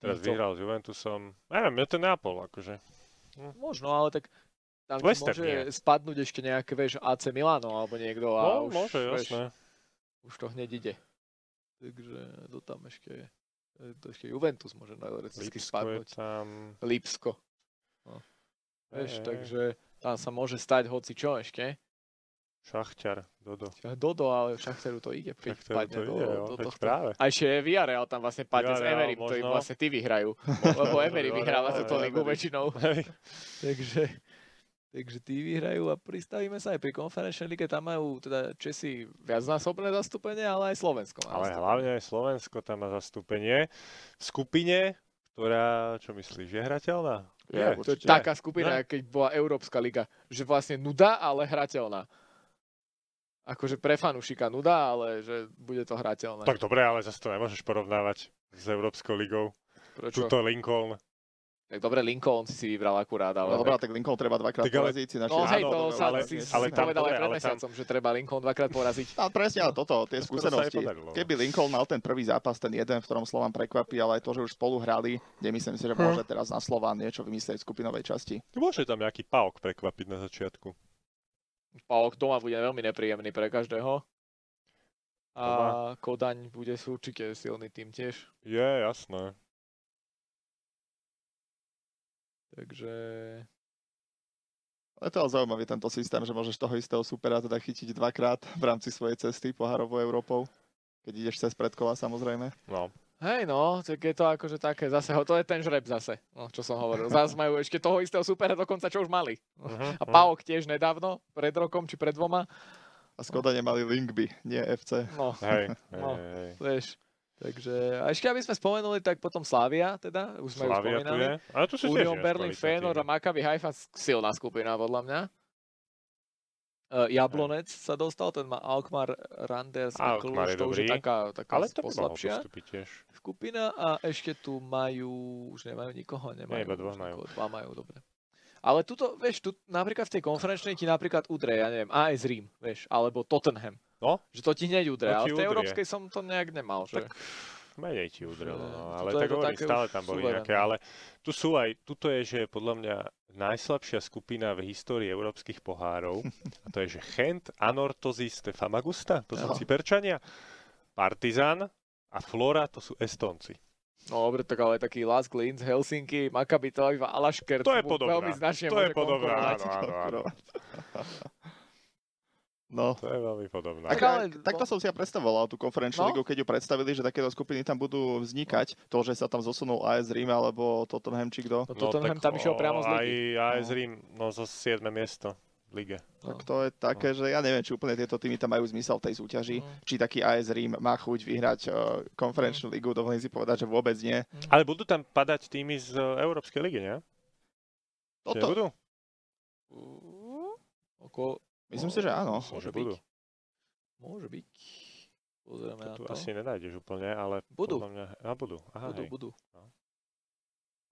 Teraz
títo-
vyhral s Juventusom. Neviem, mňa ten Neapol, akože.
Možno, ale tak tam ti
Leicester
môže
nie.
spadnúť ešte nejaké, vieš, AC Milano alebo niekto a
No,
už,
môže,
vieš,
jasné.
už to hneď ide. Takže to tam ešte je. E, To ešte Juventus môže teoreticky
Lipsko je
spadnúť.
tam. eh,
Lipsko. No. Vieš,
Hej, hej.
takže tam sa môže stať hoci čo ešte.
Šachťar, Dodo.
Čiže Dodo, ale Šachteru to ide, pri-
Šachťar
padne
to
do,
ide, jo,
do
veď
tohto.
práve.
A ešte je Villarreal tam vlastne padne s
Villarreal
Emery, to im
možno.
vlastne ty vyhrajú, [laughs] lebo Emery vyhráva
Villarreal,
túto
hej,
ligu
Emery.
väčšinou.
Hej.
Takže, takže tí vyhrajú a pristavíme sa aj pri konferenčnej lige, tam majú teda Česi viacnásobné zastúpenie, ale aj Slovensko má
Ale
zastúpenie.
hlavne aj Slovensko tam má zastúpenie. V skupine, ktorá, čo myslíš, je hrateľná?
Je,
Je,
No. To je
určite.
taká skupina,
Ne?
keď bola Európska liga, že vlastne nuda, ale hrateľná. Akože pre fanúšika nuda, ale že bude to hrateľné.
Tak dobre, ale zase to nemôžeš porovnávať s Európskou ligou.
Prečo?
Tuto Lincoln.
Tak dobre, Lincoln si si vybral akurát,
No,
ale...
Dobre, tak Lincoln treba dvakrát
Tak ale-
poraziť si na
No
Áno,
hej, to
dobre,
sa
ale-
si, si
ale tam-
povedal aj
dobre,
pred
ale tam-
mesiacom, že treba Lincoln dvakrát poraziť.
A No, presne, ale toto, tie
Skoro sa aj
skúsenosti.
podarilo.
Keby Lincoln mal ten prvý zápas, ten jeden, v ktorom Slovan prekvapí, ale aj to, že už spolu hrali, nemyslím si, že
Hm.
môže teraz na Slovan niečo vymyslieť v skupinovej časti.
Môže tam nejaký paok prekvapiť na začiatku.
Paok doma bude veľmi nepríjemný pre každého. A
Doma.
Kodaň bude sú určite silný tým tiež.
Je, jasné.
Takže...
Ale to je zaujímavý tento systém, že môžeš toho istého supera teda chytiť dvakrát v rámci svojej cesty poharovou Európou. Keď ideš cez predkola samozrejme.
No.
Hej no, tak je to akože také zase, ho- to je ten žreb zase, no, čo som hovoril. Zas majú ešte toho istého supera dokonca, čo už mali. Mhm,
Mhm.
A Paok tiež nedávno, pred rokom či pred dvoma.
A Skoda nemali Linkby, nie FC.
No, [laughs]
Hej, hej,
No.
hej.
vieš. Takže, a ešte aby sme spomenuli, tak potom Slavia, teda, už sme ju
Slavia tu
spomínali.
je. Ale tu si tiež
Union
je
Berlin,
kvalitný
Fénor a
tým.
Maccabi Haifa, s- silná skupina podľa mňa. Uh, Jablonec sa dostal, ten má Alkmaar, Randers a Cluj,
Alkmaar je
to už je
dobrý.
taká, taká
Ale to by mohol
poslabšia
postúpiť tiež.
skupina a ešte tu majú, už nemajú nikoho, nemajú.
iba dva
už
majú.
nikoho, Dva majú, dobre. Ale tuto, vieš, tu napríklad v tej konferenčnej ti napríklad udre, ja neviem, AS Rím, vieš, alebo Tottenham.
No.
Že to ti hneď udre,
To
ale
ti
v tej
udrie.
európskej som to nejak nemal, že?
Tak menej ti udrelo,
Že
no,
toto
ale
je
tak
to
hovorím,
také
stále
už
tam boli
suverénne.
nejaké, ale tu sú aj, tuto je, že je podľa mňa najslabšia skupina v histórii európskych
[laughs]
pohárov, a to je, že Chent, Anortozis, to je Famagusta,
No.
to sú
Áno.
Cyperčania, Partizan a Flora, to sú Estonci.
No dobre, tak ale taký Lask Linz, Helsinki, Maccabi Tel Aviv a Alašker.
To je
mu
podobná,
Veľmi značne
to
môže
je podobná,
konkurovať.
áno, áno, áno.
[laughs] No.
To je veľmi podobné.
Tak
Tak,
ale-
ale, takto som si ja predstavoval tú
No.
konferenčnú no? ligu, keď ju predstavili, že takéto skupiny tam budú vznikať. To, že sa tam zosunul AS Rím alebo Tottenham či kto,
No Tottenham tam išiel priamo z
o,
ligy.
Aj, aj z
No.
Rím, no zo 7. miesto v lige.
No.
tak to je také, že ja neviem, či úplne tieto týmy tam majú zmysel v tej súťaži.
Mm.
Či taký AS Rím má chuť vyhrať eh, konferenčnú ligu, dovolím si povedať, že vôbec nie.
Ale budú tam padať týmy z e, Európskej ligy, nie? Že
Toto,
budú?
Oko,
myslím si, že áno.
Môže
Že budú.
byť. môže byť. Pozrieme
To
na
tu
to.
asi nenájdeš úplne, ale
Budú.
podľa mňa... A budú. Aha,
Budú,
hej.
budú.
No.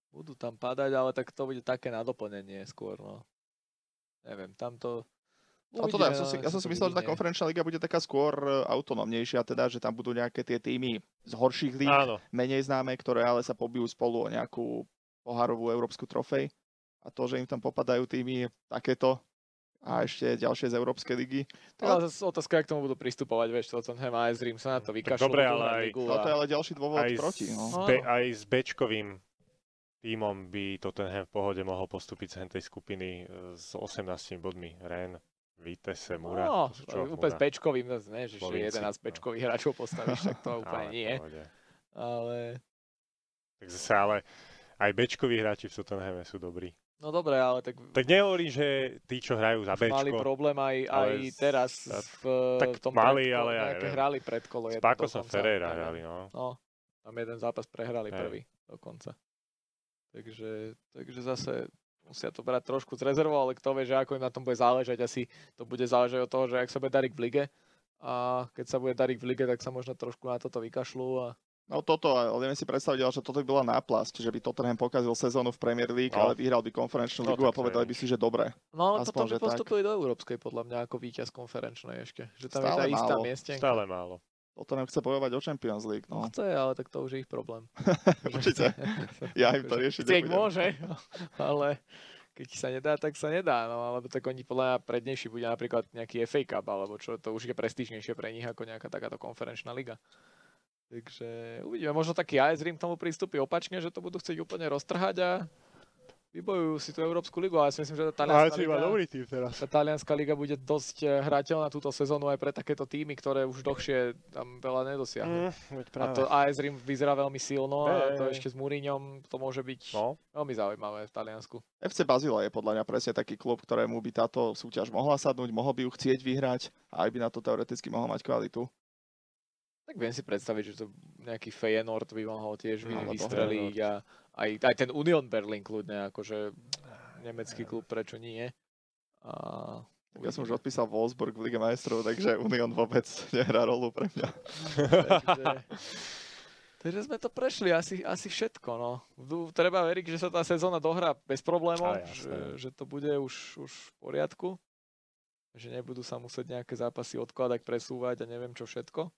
Budú tam padať, ale tak to bude také na doplnenie skôr, no. Neviem, tamto... No,
A to ja som si, ja som si myslel, že tá
konferencia.
konferenčná liga bude taká skôr eh, autonómnejšia, teda, že tam budú nejaké tie týmy z horších líg,
Áno,
menej známe, ktoré ale sa pobijú spolu o nejakú pohárovú európsku trofej. A to, že im tam popadajú týmy takéto a ešte ďalšie z Európskej ligy.
Ale zase otázka, jak k tomu budú pristupovať, vieš, Tottenham a AS Rím sa na to vykašľú.
dobre,
budú
ale
hrať
aj-
ligu
No
a-
to je ale ďalší dôvod
aj
proti.
S,
No.
No.
be, aj s Bčkovým tímom by Tottenham v pohode mohol postúpiť z hentej skupiny e, s 18 bodmi. Ren, Vitesse, Mura.
No,
to sú čo,
úplne s
Mura.
pečkovým, no, ne, že
Slovinci,
11
no.
pečkových hráčov postavíš,
[laughs]
tak to úplne
Ale v
nie.
pohode.
Ale,
Tak zase, ale aj Bčkoví hráči v Tottenhame sú dobrí.
no dobre, ale tak,
Tak nehovorím, že tí, čo hrajú za Bčko,
mali problém aj, aj
ale s-
teraz
a-
v
tak
tom
mali,
predkole,
ale ja
nejaké
neviem.
hrali predkolo.
s
jedno
Pakosom
dokonca,
Ferreira
neviem.
hrali, no.
No, tam jeden zápas prehrali
Hej.
prvý dokonca. Takže, takže zase musia to brať trošku z rezervou, ale kto vie, že ako im na tom bude záležať, asi to bude záležať od toho, že ak sa bude dariť v lige a keď sa bude dariť v lige, tak sa možno trošku na toto vykašľú a
no toto, ale neviem si predstaviť, ale že toto by bola náplasť, že by Tottenham pokazil sezónu v Premier League,
No.
ale vyhral by konferenčnú
No,
ligu
tak to
a
je
povedali by
nič.
si, že dobre.
No ale
Aspoň,
potom by
že tak.
postupili do Európskej, podľa mňa, ako víťaz konferenčnej ešte. Že tam je
Stále
tá istá
málo.
miestenka.
Stále málo.
Tottenham chce bojovať o Champions League.
No
No.
chce, ale tak to už je ich problém.
[laughs] Určite. Ja im to riešiť
Chcieť
nebudem.
môže, [laughs] ale keď sa nedá, tak sa nedá. No alebo tak oni podľa mňa prednejší bude napríklad nejaký FA Cup, alebo čo, to už je prestížnejšie pre nich ako nejaká takáto konferenčná liga. Takže uvidíme, možno taký AS Rím k tomu prístupí opačne, že to budú chcieť úplne roztrhať a vybojujú si tú Európsku ligu, ale ja si myslím, že tá
No, Ale
talianská
si iba
liga-
dobrý tým teraz.
tá talianská liga bude dosť eh, hrateľná túto sezónu aj pre takéto týmy, ktoré už dlhšie tam veľa nedosiahli. Mm,
Mm, veď
a
práve.
to AS Rím vyzerá veľmi silno a
Hej,
to
hej.
ešte s Múriňom to môže byť
No,
veľmi zaujímavé v Taliansku.
FC Bazila je podľa mňa presne taký klub, ktorému by táto súťaž mohla sadnúť, mohol by ju chcieť vyhrať a aj by na to teoreticky mohol mať kvalitu.
Tak viem si predstaviť, že to nejaký Feyenoord by mohol tiež vy-
Alebo
vystreliť a aj, aj ten Union Berlin kľudne, akože nemecký klub, prečo nie. A
Ja som už odpísal Wolfsburg v Lige majstrov, takže Unión vôbec [laughs] nehrá rolu pre mňa.
Takže, takže sme to prešli, asi, asi všetko. No. Du- Treba veriť, že sa tá sezóna dohrá bez problémov,
Ale jasné. no.
že, že to bude už, už v poriadku, že nebudú sa musieť nejaké zápasy odkladať, presúvať a neviem čo všetko.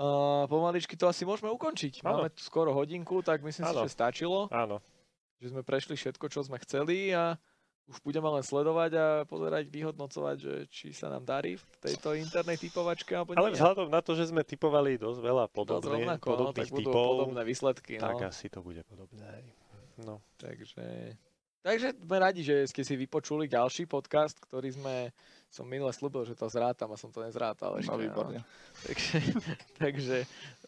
Uh, pomaličky to asi môžeme ukončiť.
Áno.
Máme tu skoro hodinku, tak myslím si,
Áno.
že stačilo
Áno,
že sme prešli všetko, čo sme chceli a už budeme len sledovať a pozerať, vyhodnocovať, že či sa nám darí v tejto internej typovačke alebo
ale
nie.
vzhľadom na to, že sme typovali dosť veľa
Dosť
podobne,
rovnako, no, tak
podobných
budú
typov,
podobné výsledky.
tak
No.
asi to bude podobné. aj. No,
Takže, takže sme radi, že ste si vypočuli ďalší podcast, ktorý sme, som minule slúbil, že to zrátam a som to nezrátal ešte.
No výborne.
[laughs] Takže, takže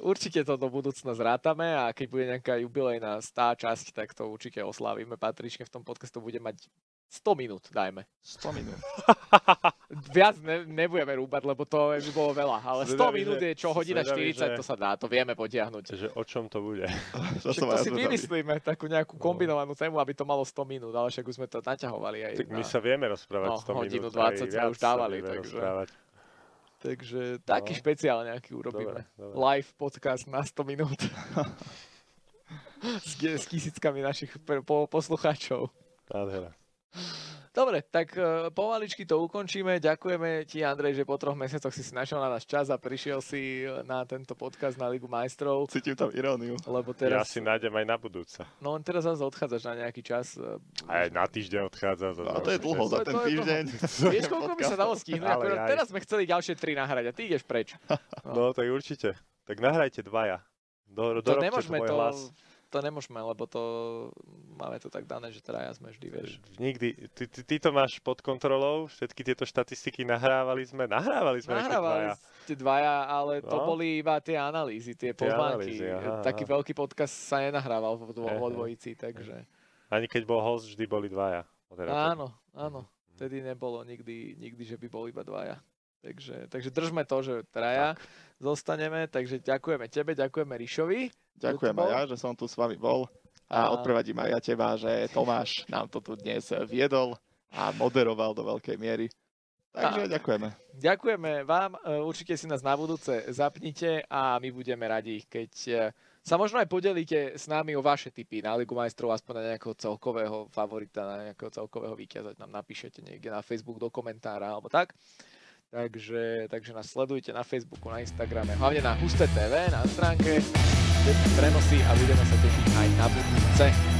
určite to do budúcna zrátame a keď bude nejaká jubilejná stá časť, tak to určite oslavíme patrične. V tom podcastu bude mať 100 minút, dajme.
100 minút.
Viac ne, nebudeme rúbať, lebo to by bolo veľa, ale 100
Zvedavý,
minút
že-
je čo hodina
zvedavý,
40,
že-
to sa dá, to vieme potiahnuť.
že o čom to bude?
To
Však
som
to
aj
si
zvedavý.
vymyslíme, takú nejakú
No.
kombinovanú tému, aby to malo 100 minút, ale však už sme to naťahovali aj.
Tak my
na-
sa vieme rozprávať
No,
100
hodinu
minút. aj
20 sme
viac
už
sa
dávali,
vieme
takže-
rozprávať.
Takže taký
No.
špeciál nejaký
Dobre,
urobíme.
dobre.
Live podcast na 100 minút. s, de- s tisíckami našich pe- po- poslucháčov.
Nádhera.
Dobre, tak eh, pomaličky to ukončíme. Ďakujeme ti, Andrej, že po troch mesiacoch si si našiel na nás čas a prišiel si eh, na tento podcast na Ligu majstrov.
Cítim tam iróniu.
Lebo
Ja
teraz,
si nájdem aj na budúce.
no len teraz zase odchádzaš na nejaký čas. eh,
Aj na týždeň odchádza. za
No, to je
To
dva
dlho
je-
mesiace.
za ten
to je
týždeň.
Vieš, koľko by sa dalo stihnúť?
Ale
Akurát
jaj.
teraz sme chceli ďalšie tri nahrať a ty ideš preč.
No, tak určite. Tak nahrajte dvaja. Do,
To
dorobte
nemôžeme,
môj
to,
hlas.
to nemôžeme, lebo to máme to tak dané, že traja sme vždy, vieš.
Nikdy. Ty, ty, ty to máš pod kontrolou, všetky tieto štatistiky nahrávali sme. Nahrávali sme ako
Nahrávali
dvaja.
ste dvaja, ale to
No.
boli iba tie analýzy, tie pozvánky.
analýzy, aha,
Taký
aha.
veľký podcast sa nenahrával vo, dvo-
Aha.
vo dvojici, takže...
Ani keď bol host, vždy boli dvaja. moderátori.
Áno, áno. Vtedy nebolo nikdy, nikdy, že by bol iba dvaja. Takže, takže držme to, že traja zostaneme, takže ďakujeme tebe, ďakujeme Rišovi.
Ďakujem aj ja, že som tu s vami bol.
A-
A odprevadím aj ja teba, že Tomáš nám to tu dnes viedol a moderoval do veľkej miery. Takže ďakujeme.
Ďakujeme vám, e, určite si nás na budúce zapnite a my budeme radi, keď e, sa možno aj podelíte s nami o vaše tipy na Ligu majstrov, aspoň na nejakého celkového favorita, na nejakého celkového víťaza, nám napíšete niekde na Facebook do komentára alebo tak. Takže, takže nás sledujte na Facebooku, na Instagrame, hlavne na Husté TV, na stránke všetky prenosy a budeme sa tešiť aj na budúce.